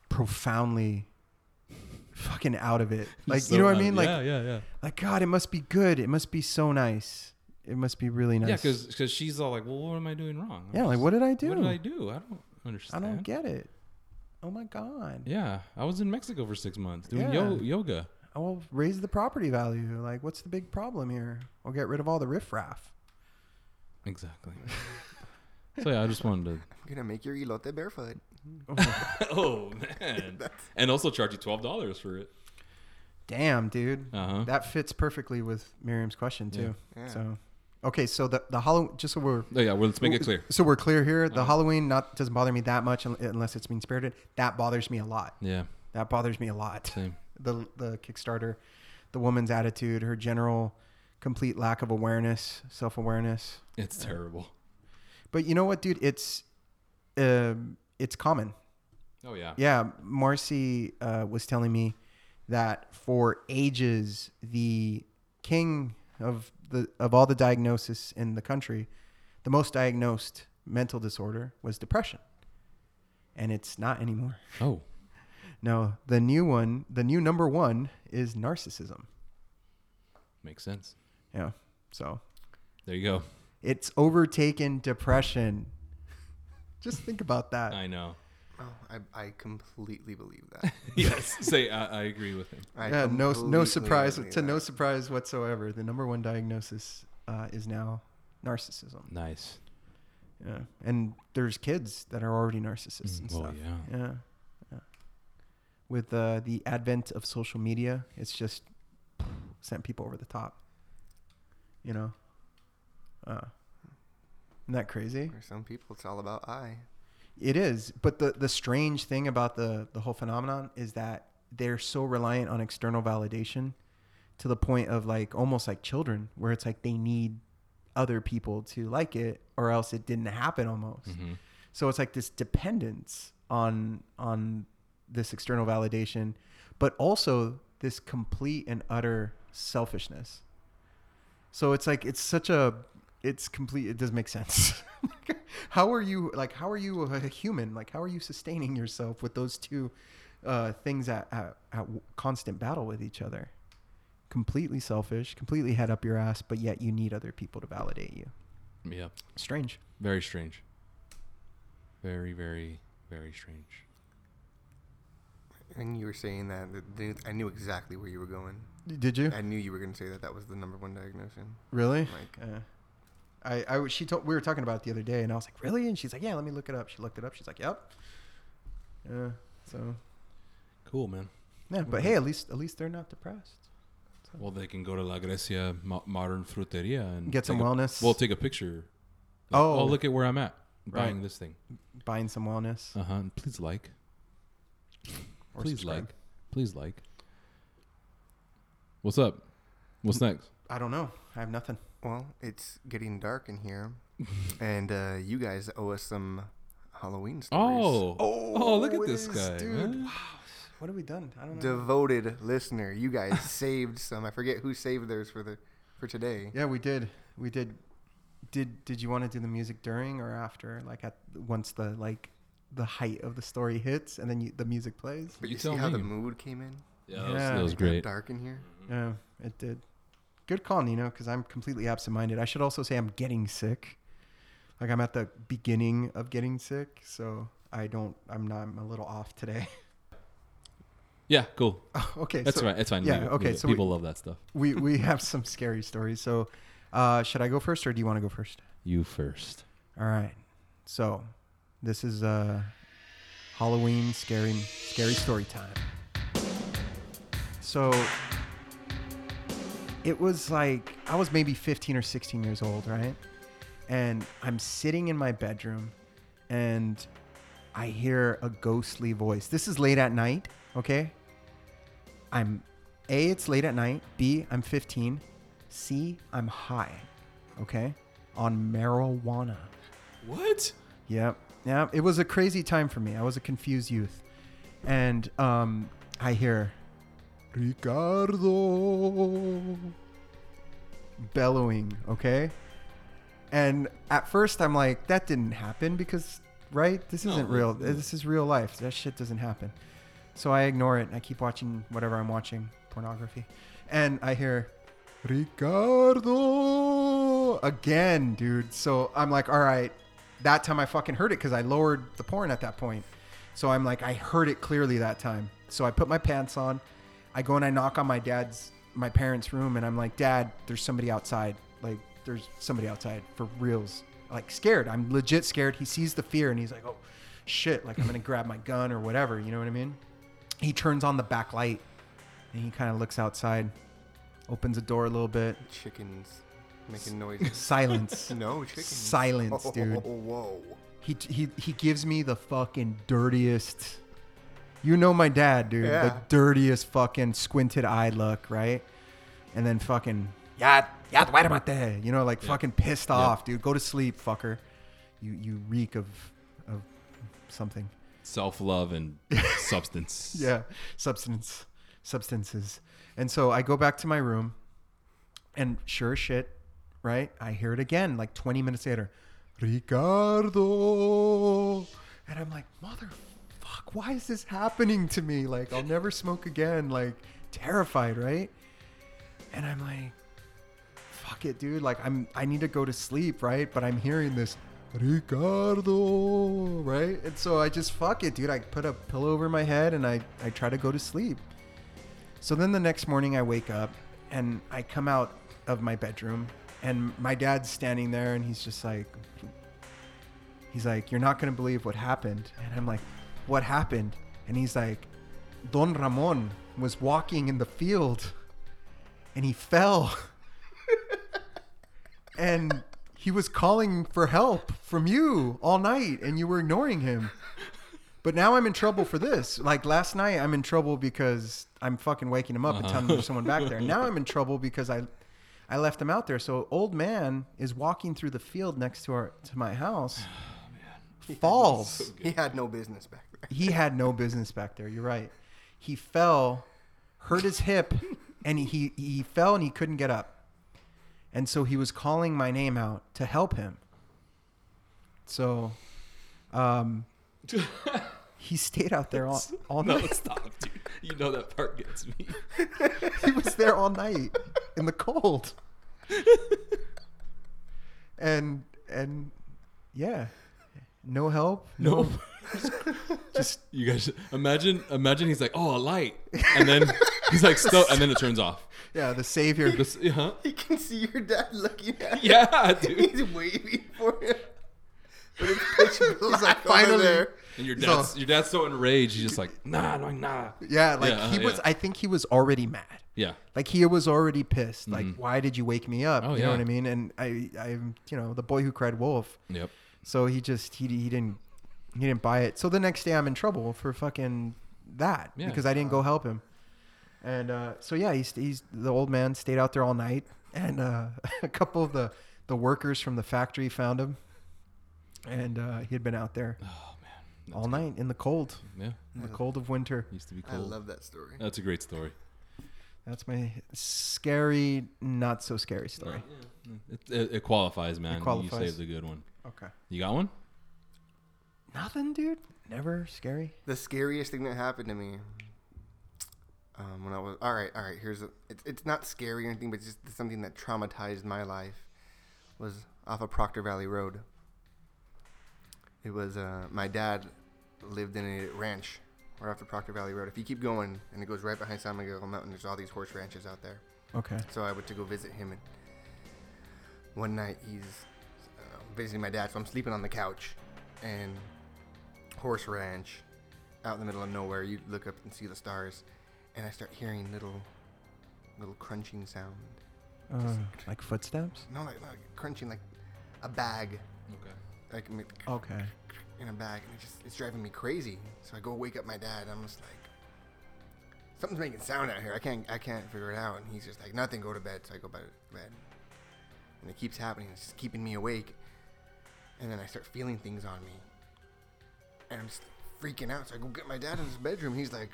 A: profoundly fucking out of it. Like you know what I mean? Like
C: yeah, yeah, yeah,
A: like God, it must be good. It must be so nice. It must be really nice.
C: yeah. Because she's all like, "Well, what am I doing wrong?" I'm
A: Yeah, like
C: just-
A: what did I do?
C: What did I do? I don't
A: I
C: understand.
A: don't get it. Oh my God!
C: Yeah, I was in Mexico for six months doing
A: Yeah.
C: yo- yoga.
A: I will raise the property value. Like, what's the big problem here? I'll get rid of all the riffraff.
C: Exactly. so yeah, I just wanted to
D: I'm going to make your elote barefoot.
C: oh man and also charge you $12 for it
A: Damn, dude.
C: uh-huh
A: That fits perfectly with Miriam's question too.
D: Yeah. Yeah.
A: So, okay, so the the Halloween. Just so we're
C: oh, yeah well let's make it clear Uh-huh.
A: so we're clear here. The Halloween not doesn't bother me that much un- unless it's mean spirited. That bothers me a lot.
C: yeah
A: That bothers me a lot.
C: same
A: The the Kickstarter, the woman's attitude, her general complete lack of awareness, self awareness.
C: It's terrible.
A: But you know what, dude? It's um it's common.
C: Oh yeah.
A: Yeah, Marcy uh, was telling me that for ages, the king of the of all the diagnosis in the country, the most diagnosed mental disorder was depression, and it's not anymore.
C: Oh.
A: No, the new one, the new number one is narcissism.
C: Makes sense.
A: Yeah, so
C: There you go.
A: it's overtaken depression. Just think about that.
C: I know.
D: Oh, I, I completely believe that.
C: Yes. Say I, I agree with him.
D: I
A: yeah, no, no
D: completely
A: surprise
D: believe
A: to no
D: that.
A: surprise whatsoever. The number one diagnosis uh, is now narcissism.
C: Nice.
A: Yeah, and there's kids that are already narcissists
C: Mm,
A: and
C: well,
A: stuff.
C: yeah.
A: yeah. yeah. With uh, the advent of social media, it's just sent people over the top. You know. Uh, isn't that crazy?
D: For some people, it's all about I.
A: It is, but the the strange thing about the the whole phenomenon is that they're so reliant on external validation to the point of like almost like children where it's like they need other people to like it or else it didn't happen almost.
C: Mhm.
A: So it's like this dependence on on this external validation, but also this complete and utter selfishness. So it's like it's such a it's complete it doesn't make sense. how are you like how are you a human? Like how are you sustaining yourself with those two uh, things at, at at constant battle with each other? Completely selfish, completely head up your ass, but yet you need other people to validate you.
C: Yeah.
A: Strange.
C: Very strange. Very, very, very strange.
D: And you were saying that, that they- I knew exactly where you were going.
A: Did you?
D: I knew you were going to say that that was the number one diagnotion.
A: Really?
D: Like-
A: Uh, I, I, was- she told, we were talking about it the other day, and I was like, really? And she's like, yeah, let me look it up. She looked it up. She's like, yep. Yeah. So,
C: Cool, man.
A: yeah, but hey, at least, at least they're not depressed.
C: Well, they can go to La Grecia Mo- Modern Fruteria and
A: Get some
C: take a-
A: wellness.
C: Well, take a picture.
A: Oh.
C: oh, look at where I'm at.
A: Right.
C: Buying this thing.
A: Buying some wellness.
C: Uh huh. Please like.
A: Or
C: Please
A: subscribe.
C: like. Please like. What's up? What's next?
A: I don't know. I have nothing.
D: Well, it's getting dark in here, and uh, you guys owe us some Halloween stories.
C: Oh. Oh, look at
A: it is,
C: this guy.
A: Dude,
C: man.
A: wow. What have we done? I don't know.
D: devoted listener, you guys saved some. I forget who saved theirs for the for today.
A: yeah, we did. We did. Did, did you want to do the music during or after? Like at once the, like the height of the story hits and then you, the music plays.
D: But
C: You
D: you, see
C: tell
D: how the
C: me.
D: mood came in?
C: Yeah, that was,
A: Yeah.
C: that was
D: Like, kinda
C: great.
D: Dark in here.
C: Mm-hmm.
A: Yeah, it did. Good call, Nino, because I'm completely absent-minded. I should also say I'm getting sick. Like I'm at the beginning of getting sick, so I don't. I'm not. I'm a little off today.
C: Yeah, cool.
A: okay,
C: That's
A: so
C: right. It's fine.
A: yeah,
C: Leave it,
A: okay,
C: leave it.
A: so we-
C: people love that stuff.
A: We we have some scary stories. So, uh, should I go first, or do you want to go first?
C: You first.
A: All right. So, this is uh, Halloween scary scary story time. So, it was like I was maybe 15 or 16 years old, right? And I'm sitting in my bedroom and I hear a ghostly voice. This is late at night, okay? I'm A, it's late at night. B, I'm 15. C, I'm high, okay? On marijuana.
C: What?
A: Yep. Yeah. It was a crazy time for me. I was a confused youth. And um, I hear Ricardo bellowing, okay? And at first I'm like, that didn't happen because, right? This
C: No,
A: isn't real.
C: no.
A: This is real life. That shit doesn't happen. So I ignore it and I keep watching whatever I'm watching, pornography. And I hear Ricardo again, dude. So I'm like, all right, that time I fucking heard it because I lowered the porn at that point. So I'm like, I heard it clearly that time. So I put my pants on. I go and I knock on my dad's, my parents' room, and I'm like, Dad, there's somebody outside. Like, there's somebody outside for reals. Like, scared. I'm legit scared. He sees the fear and he's like, oh, shit. Like, I'm going to grab my gun or whatever. You know what I mean? He turns on the back light and he kind of looks outside, opens the door a little bit.
D: Chickens making noises.
A: Silence.
D: no chickens.
A: Silence, dude.
D: Whoa.
A: He, he, he gives me the fucking dirtiest. You know my dad, dude.
D: Yeah.
A: The dirtiest fucking squinted eye look, right? and then fucking yeah yeah muerte, you know like fucking pissed off dude go to sleep fucker you you reek of of something
C: Self love and substance.
A: yeah substance substances and so i go back to my room and sure as shit right i hear it again like 20 minutes later ricardo and i'm like motherfuck why is this happening to me like i'll never smoke again like terrified right and i'm like fuck it dude like i'm i need to go to sleep right but i'm hearing this ricardo right and so i just fuck it dude i put a pillow over my head and i i try to go to sleep so then the next morning I wake up and I come out of my bedroom and my dad's standing there and he's just like he's like you're not going to believe what happened and I'm like what happened and he's like Don Ramon was walking in the field and he fell and he was calling for help from you all night and you were ignoring him but now I'm in trouble for this. Like last night, I'm in trouble because I'm fucking waking him up and telling him there's someone back there. Now I'm in trouble because I, I left him out there. So old man is walking through the field next to our to my house. Falls.
D: He had no business back there.
A: He had no business back there. You're right. He fell, hurt his hip, and he he fell and he couldn't get up. And so he was calling my name out to help him. So, um, he stayed out there all, all
C: no,
A: night.
C: stop, dude. You know that part gets me.
A: he was there all night in the cold. and and yeah, no help.
C: Nope.
A: Just
C: You guys imagine imagine he's like, Oh a light and then he's like still and then it turns off.
A: yeah, the savior.
C: This huh?
D: You can see your dad looking at him.
C: Yeah, dude.
D: He's waving for him. But it's pitch black
A: like,
D: over
A: "Finally."
D: there.
C: And your
A: He's all-
C: dad's your dad's so enraged, he's just like, nah, nah, nah.
A: Yeah, like
C: Yeah,
A: he
C: uh,
A: was.
C: yeah.
A: I think he was already mad.
C: Yeah.
A: Like he was already pissed. Like, why did you wake me up?
C: Mm-hmm. Oh,
A: you know
C: yeah.
A: what I mean? And I, I'm, you know, the boy who cried wolf.
C: Yep.
A: So he just he, he didn't he didn't buy it. So the next day I'm in trouble for fucking that
C: Yeah.
A: because I didn't go help him. And uh, so yeah, he's, he's the old man stayed out there all night, and uh, a couple of the the workers from the factory found him, and uh, he had been out there
C: Oh man. That's
A: all night in the cold,
C: good. Yeah.
A: in the cold of winter.
C: Used to be
D: I
C: cool. Uh,
D: love that story.
C: That's a great story.
A: That's my scary, not so scary story.
C: It, it, it qualifies, man.
A: qualifies.
C: You saved a good one.
A: Okay,
C: You got one?
A: nothing, dude. Never scary.
D: The scariest thing that happened to me um, when I was all right, all right. Here's a, it's it's not scary or anything, but it's just something that traumatized my life was off of Proctor Valley Road. It was uh, my dad lived in a ranch right after Proctor Valley Road. If you keep going and it goes right behind San Miguel Mountain, there's all these horse ranches out there.
A: Okay.
D: So I went to go visit him, and one night he's uh, visiting my dad, so I'm sleeping on the couch, and horse ranch, out in the middle of nowhere. You look up and see the stars, and I start hearing little, little crunching sound.
A: Uh, like footsteps.
D: No, like, like crunching, like a bag,
C: Okay.
D: like m-
A: Okay.
D: in a bag, and it just it's driving me crazy. So I go wake up my dad, and I'm just like. Something's making sound out here. I can't. I can't figure it out. And he's just like, nothing. Go to bed. So I go to bed. and it keeps happening. It's just keeping me awake. And then I start feeling things on me, and I'm just freaking out. So I go get my dad in his bedroom. and He's like,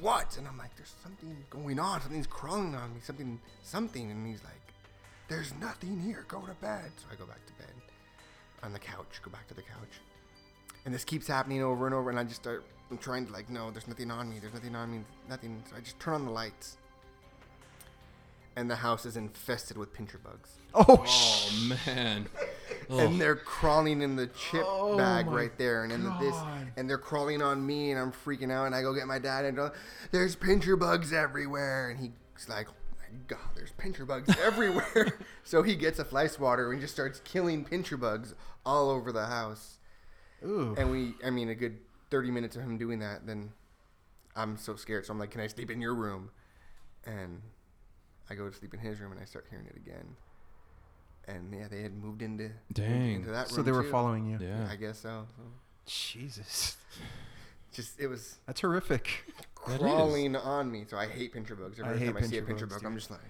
D: "What?" And I'm like, "There's something going on. Something's crawling on me. Something, something." And he's like, "There's nothing here. Go to bed." So I go back to bed on the couch. Go back to the couch, and this keeps happening over and over. And I just start. I'm trying to like, no, there's nothing on me. There's nothing on me. Nothing. So I just turn on the lights. And the house is infested with pincher bugs
A: Oh,
C: Oh man.
D: and they're crawling in the chip
A: Oh
D: bag
A: my
D: right there, and in the, this,
A: God.
D: and they're crawling on me, and I'm freaking out, and I go get my dad, and I go, there's pincher bugs everywhere, and he's like, oh my god, there's pincher bugs everywhere, so he gets a fly swatter and just starts killing pincher bugs all over the house,
A: Ooh.
D: and we, I mean, a good 30 minutes of him doing that, then I'm so scared, so I'm like, can I sleep in your room, and I go to sleep in his room, and I start hearing it again. And yeah, they had moved into into
C: Dang.
D: that
A: So
D: room,
A: they were
D: too.
A: following you.
C: Yeah.
D: I guess so.
A: Jesus.
D: Just it was
A: That's horrific.
C: That is.
D: crawling on me. So I hate pincher bugs.
A: I
D: Every
A: hate
D: time I see a
A: pincher
D: pincher
A: bugs,
D: bug, I'm just like,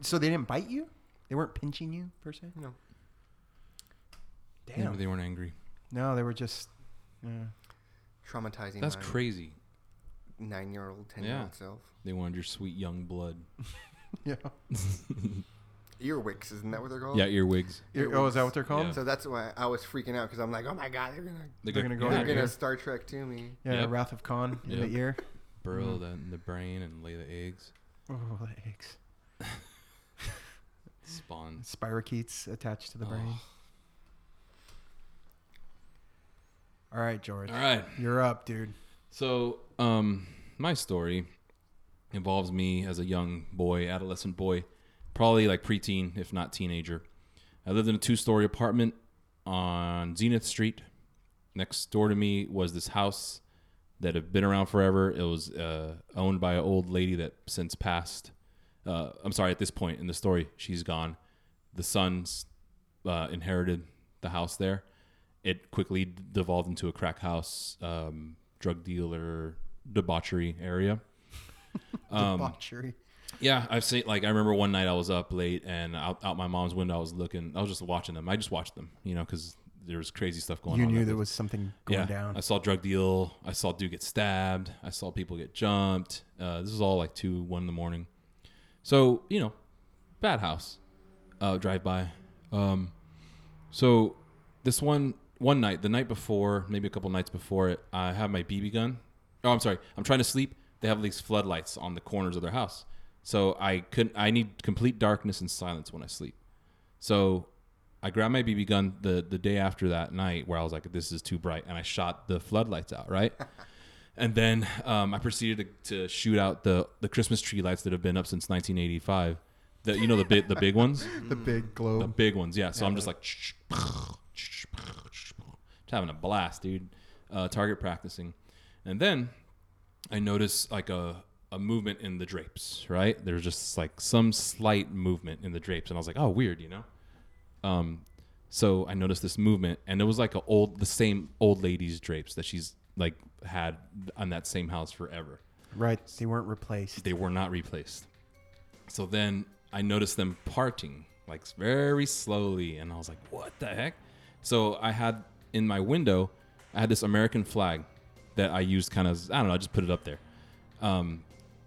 A: so they didn't bite you? They weren't pinching you per se?
D: No.
A: Damn.
C: Maybe they weren't angry.
A: no, they were just. Yeah.
D: Traumatizing
C: That's
D: my
C: crazy.
D: nine year old, ten year
C: Yeah.
D: old self.
C: They wanted your sweet young blood.
A: yeah.
D: Earwicks, isn't that what they're called?
C: Yeah, earwigs.
A: Ear- oh, is that what they're called?
C: Yeah.
D: So that's why I was freaking out because I'm like, oh my god, they're gonna
A: They're gonna go
C: yeah,
D: they're
A: Right
D: gonna
A: here.
D: Star Trek to me.
A: Yeah,
C: Yep.
A: Wrath of Khan in
C: Yep.
A: the ear.
C: burrow that in the brain and lay the eggs.
A: Oh, that aches.
C: Spawn.
A: Spirochetes attached to the brain.
C: Oh.
A: All right, George.
D: Mm.
C: All right.
A: You're up, dude.
C: So, um, my story involves me as a young boy, adolescent boy, probably like preteen, if not teenager. I lived in a two story apartment on Zenith Street. Next door to me was this house that had been around forever. It was uh, owned by an old lady that since passed. Uh, I'm sorry, at this point in the story, she's gone. The sons uh, inherited the house there. It quickly devolved into a crack house, um, drug dealer, debauchery area. Um,
A: Debauchery.
C: Yeah, I've seen. Like, I remember one night I was up late and out, out my mom's window, I was looking. I was just watching them. I just watched them, you know, because there was crazy stuff going
A: You
C: on.
A: knew
C: that
A: there
C: day.
A: was something going down.
C: I saw drug deal. I saw dude get stabbed. I saw people get jumped. Uh, this is all like two, one in the morning. So you know, bad house. Uh, drive by. Um, so this one one night, the night before, maybe a couple nights before it, I have my BB gun. Oh, I'm sorry. I'm trying to sleep. They have these floodlights on the corners of their house, so I couldn't. I need complete darkness and silence when I sleep. So I grabbed my BB gun the the day after that night where I was like, this is too bright, and I shot the floodlights out, right? and then um, I proceeded to, to shoot out the the Christmas tree lights that have been up since 1985. The you know the big the big ones,
A: the big
C: the
A: globe.
C: big ones, yeah. So I'm just like, just having a blast, dude. Uh, target practicing, and then I noticed like a a movement in the drapes. Right, there's just like some slight movement in the drapes, and I was like, oh, weird, you know. Um, so I noticed this movement, and it was like a old, the same old lady's drapes that she's like had on that same house forever.
A: right. They weren't replaced.
C: They were not replaced. So then I noticed them parting, like very slowly, and I was like, "What the heck?" So I had in my window, I had this American flag that I used kind of, I don't know, I just put it up there, um,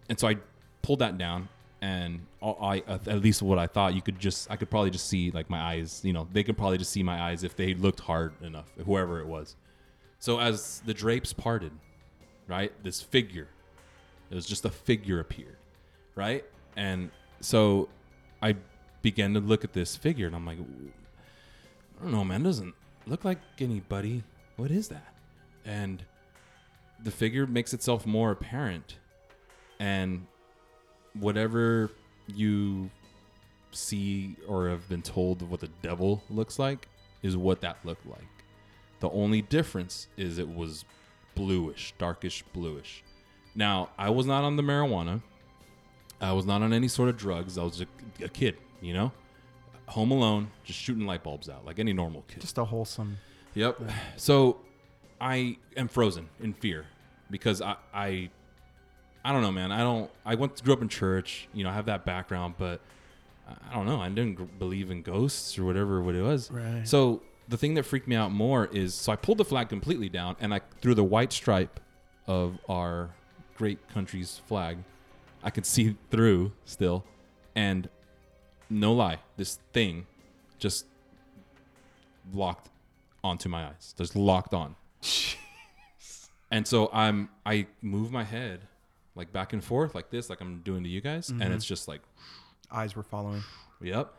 C: and so I pulled that down, and all, I, uh, at least what I thought, you could just, I could probably just see like my eyes, you know, they could probably just see my eyes if they looked hard enough, whoever it was. So as the drapes parted, right, this figure it was just a figure appeared, right? And so I began to look at this figure, and I'm like, I don't know, man. Doesn't look like anybody. What is that? And the figure makes itself more apparent, and whatever you see or have been told of what the devil looks like is what that looked like. The only difference is it was bluish, darkish bluish. Now, I was not on the marijuana. I was not on any sort of drugs. I was a, a kid, you know? Home alone, just shooting light bulbs out like any normal kid.
A: Just a wholesome.
C: Yep. So I am frozen in fear because I I I don't know, man. I don't. I went grew up in church. You know, I have that background, but I- I don't know. I didn't gr- believe in ghosts or whatever what it was.
A: Right.
C: So the thing that freaked me out more is so I pulled the flag completely down and I threw the white stripe of our great country's flag. I could see through still, and no lie, this thing just locked onto my eyes. Just locked on. and so I'm I move my head like back and forth like this, like I'm doing to you guys, and it's just like
A: Eyes were following.
C: Yep.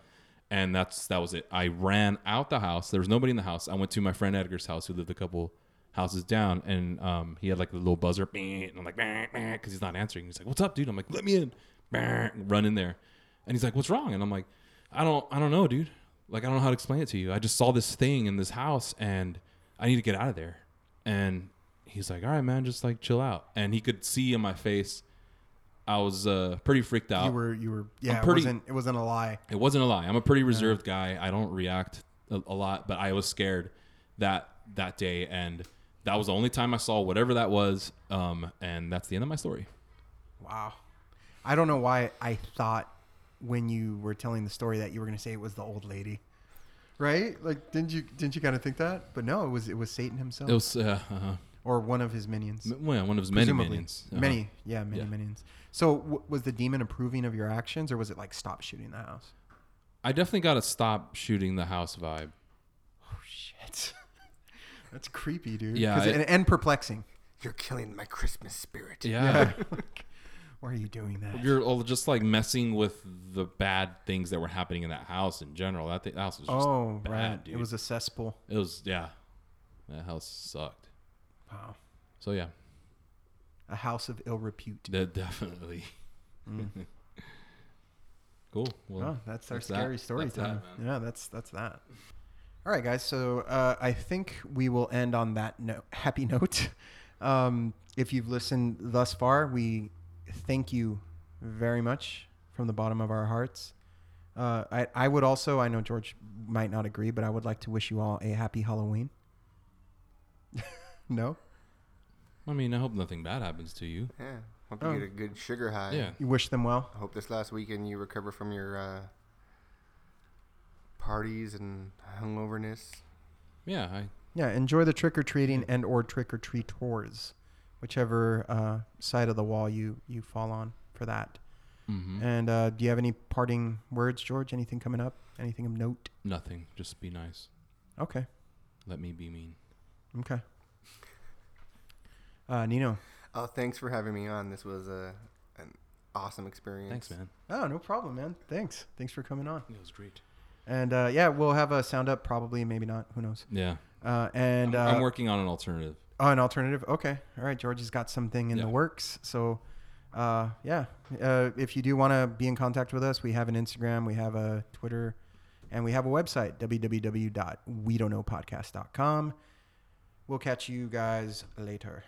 C: And that's that was it. I ran out the house. There was nobody in the house. I went to my friend Edgar's house, who lived a couple houses down, and um, he had like a little buzzer, "Beep," and I'm like, because he's not answering. He's like, "What's up, dude?" I'm like, "Let me in." Beep, Run in there, and he's like, "What's wrong?" And I'm like, "I don't, I don't know, dude. Like, I don't know how to explain it to you. I just saw this thing in this house, and I need to get out of there." And he's like, "All right, man, just like chill out." And he could see in my face, I was uh, pretty freaked out.
A: You were, you were, yeah,
C: pretty-
A: it, wasn't, it wasn't a lie.
C: It wasn't a lie. I'm a pretty reserved guy. I don't react a, a lot, but I was scared that that day, and that was the only time I saw whatever that was. Um, and that's the end of my story.
A: Wow. I don't know why I thought when you were telling the story that you were going to say it was the old lady, right? Like, didn't you didn't you kind of think that? But no, it was it was Satan himself
C: It was uh, uh,
A: or one of his minions.
C: m- well, one of his many
A: presumably.
C: minions. Uh-huh.
A: Many, yeah, many
C: Yeah.
A: minions. So, w- was the demon approving of your actions, or was it like stop shooting the house?
C: I definitely got to stop shooting the house vibe.
A: Oh shit, that's creepy, dude.
C: Yeah,
A: 'Cause-
C: it-
A: and, and perplexing.
D: You're killing my Christmas spirit.
C: Yeah.
A: Like, why are you doing that?
C: You're all just like messing with the bad things that were happening in that house in general. That, th- house was just
A: oh
C: bad,
A: right,
C: dude.
A: it was a cesspool.
C: It was yeah. That house sucked.
A: Wow,
C: So yeah,
A: a house of ill repute.
C: de- definitely. cool. Well,
A: Oh, that's our
C: Mm. that.
A: scary story
C: That's that,
A: time.
C: man.
A: yeah, that's that's that. All right, guys. So uh, I think we will end on that no- happy note. Um, if you've listened thus far, we thank you very much from the bottom of our hearts. Uh, I, I would also, I know George might not agree, but I would like to wish you all a happy Halloween. no?
C: I mean, I hope nothing bad happens to you.
D: Yeah. Hope you
A: Oh.
D: get a good sugar high.
C: Yeah.
A: You wish them well?
D: I hope this last weekend you recover from your uh, parties and hungoverness.
C: Yeah. I,
A: Yeah, enjoy the trick or
C: Mm.
A: treating and or trick or treat tours, whichever uh, side of the wall you you fall on for that.
C: mhm.
A: And uh, do you have any parting words, George? Anything coming up? Anything of note?
C: Nothing. Just be nice.
A: Okay,
C: Let me be mean.
A: okay. Uh, Nino.
D: Oh, thanks for having me on. This was a, an awesome experience.
C: Thanks, man.
A: Oh, no problem, man. Thanks. Thanks for coming on.
C: It was great.
A: And uh, yeah, we'll have a sound up probably, maybe not. Who knows?
C: Yeah.
A: Uh, and uh,
C: I'm working on an alternative.
A: Oh, an alternative. Okay. All right. George has got something in the
C: Yeah.
A: works. So, uh, yeah. Uh, if you do want to be in contact with us, we have an Instagram, we have a Twitter, and we have a website, www.wedon'tknowpodcast.com. We'll catch you guys later.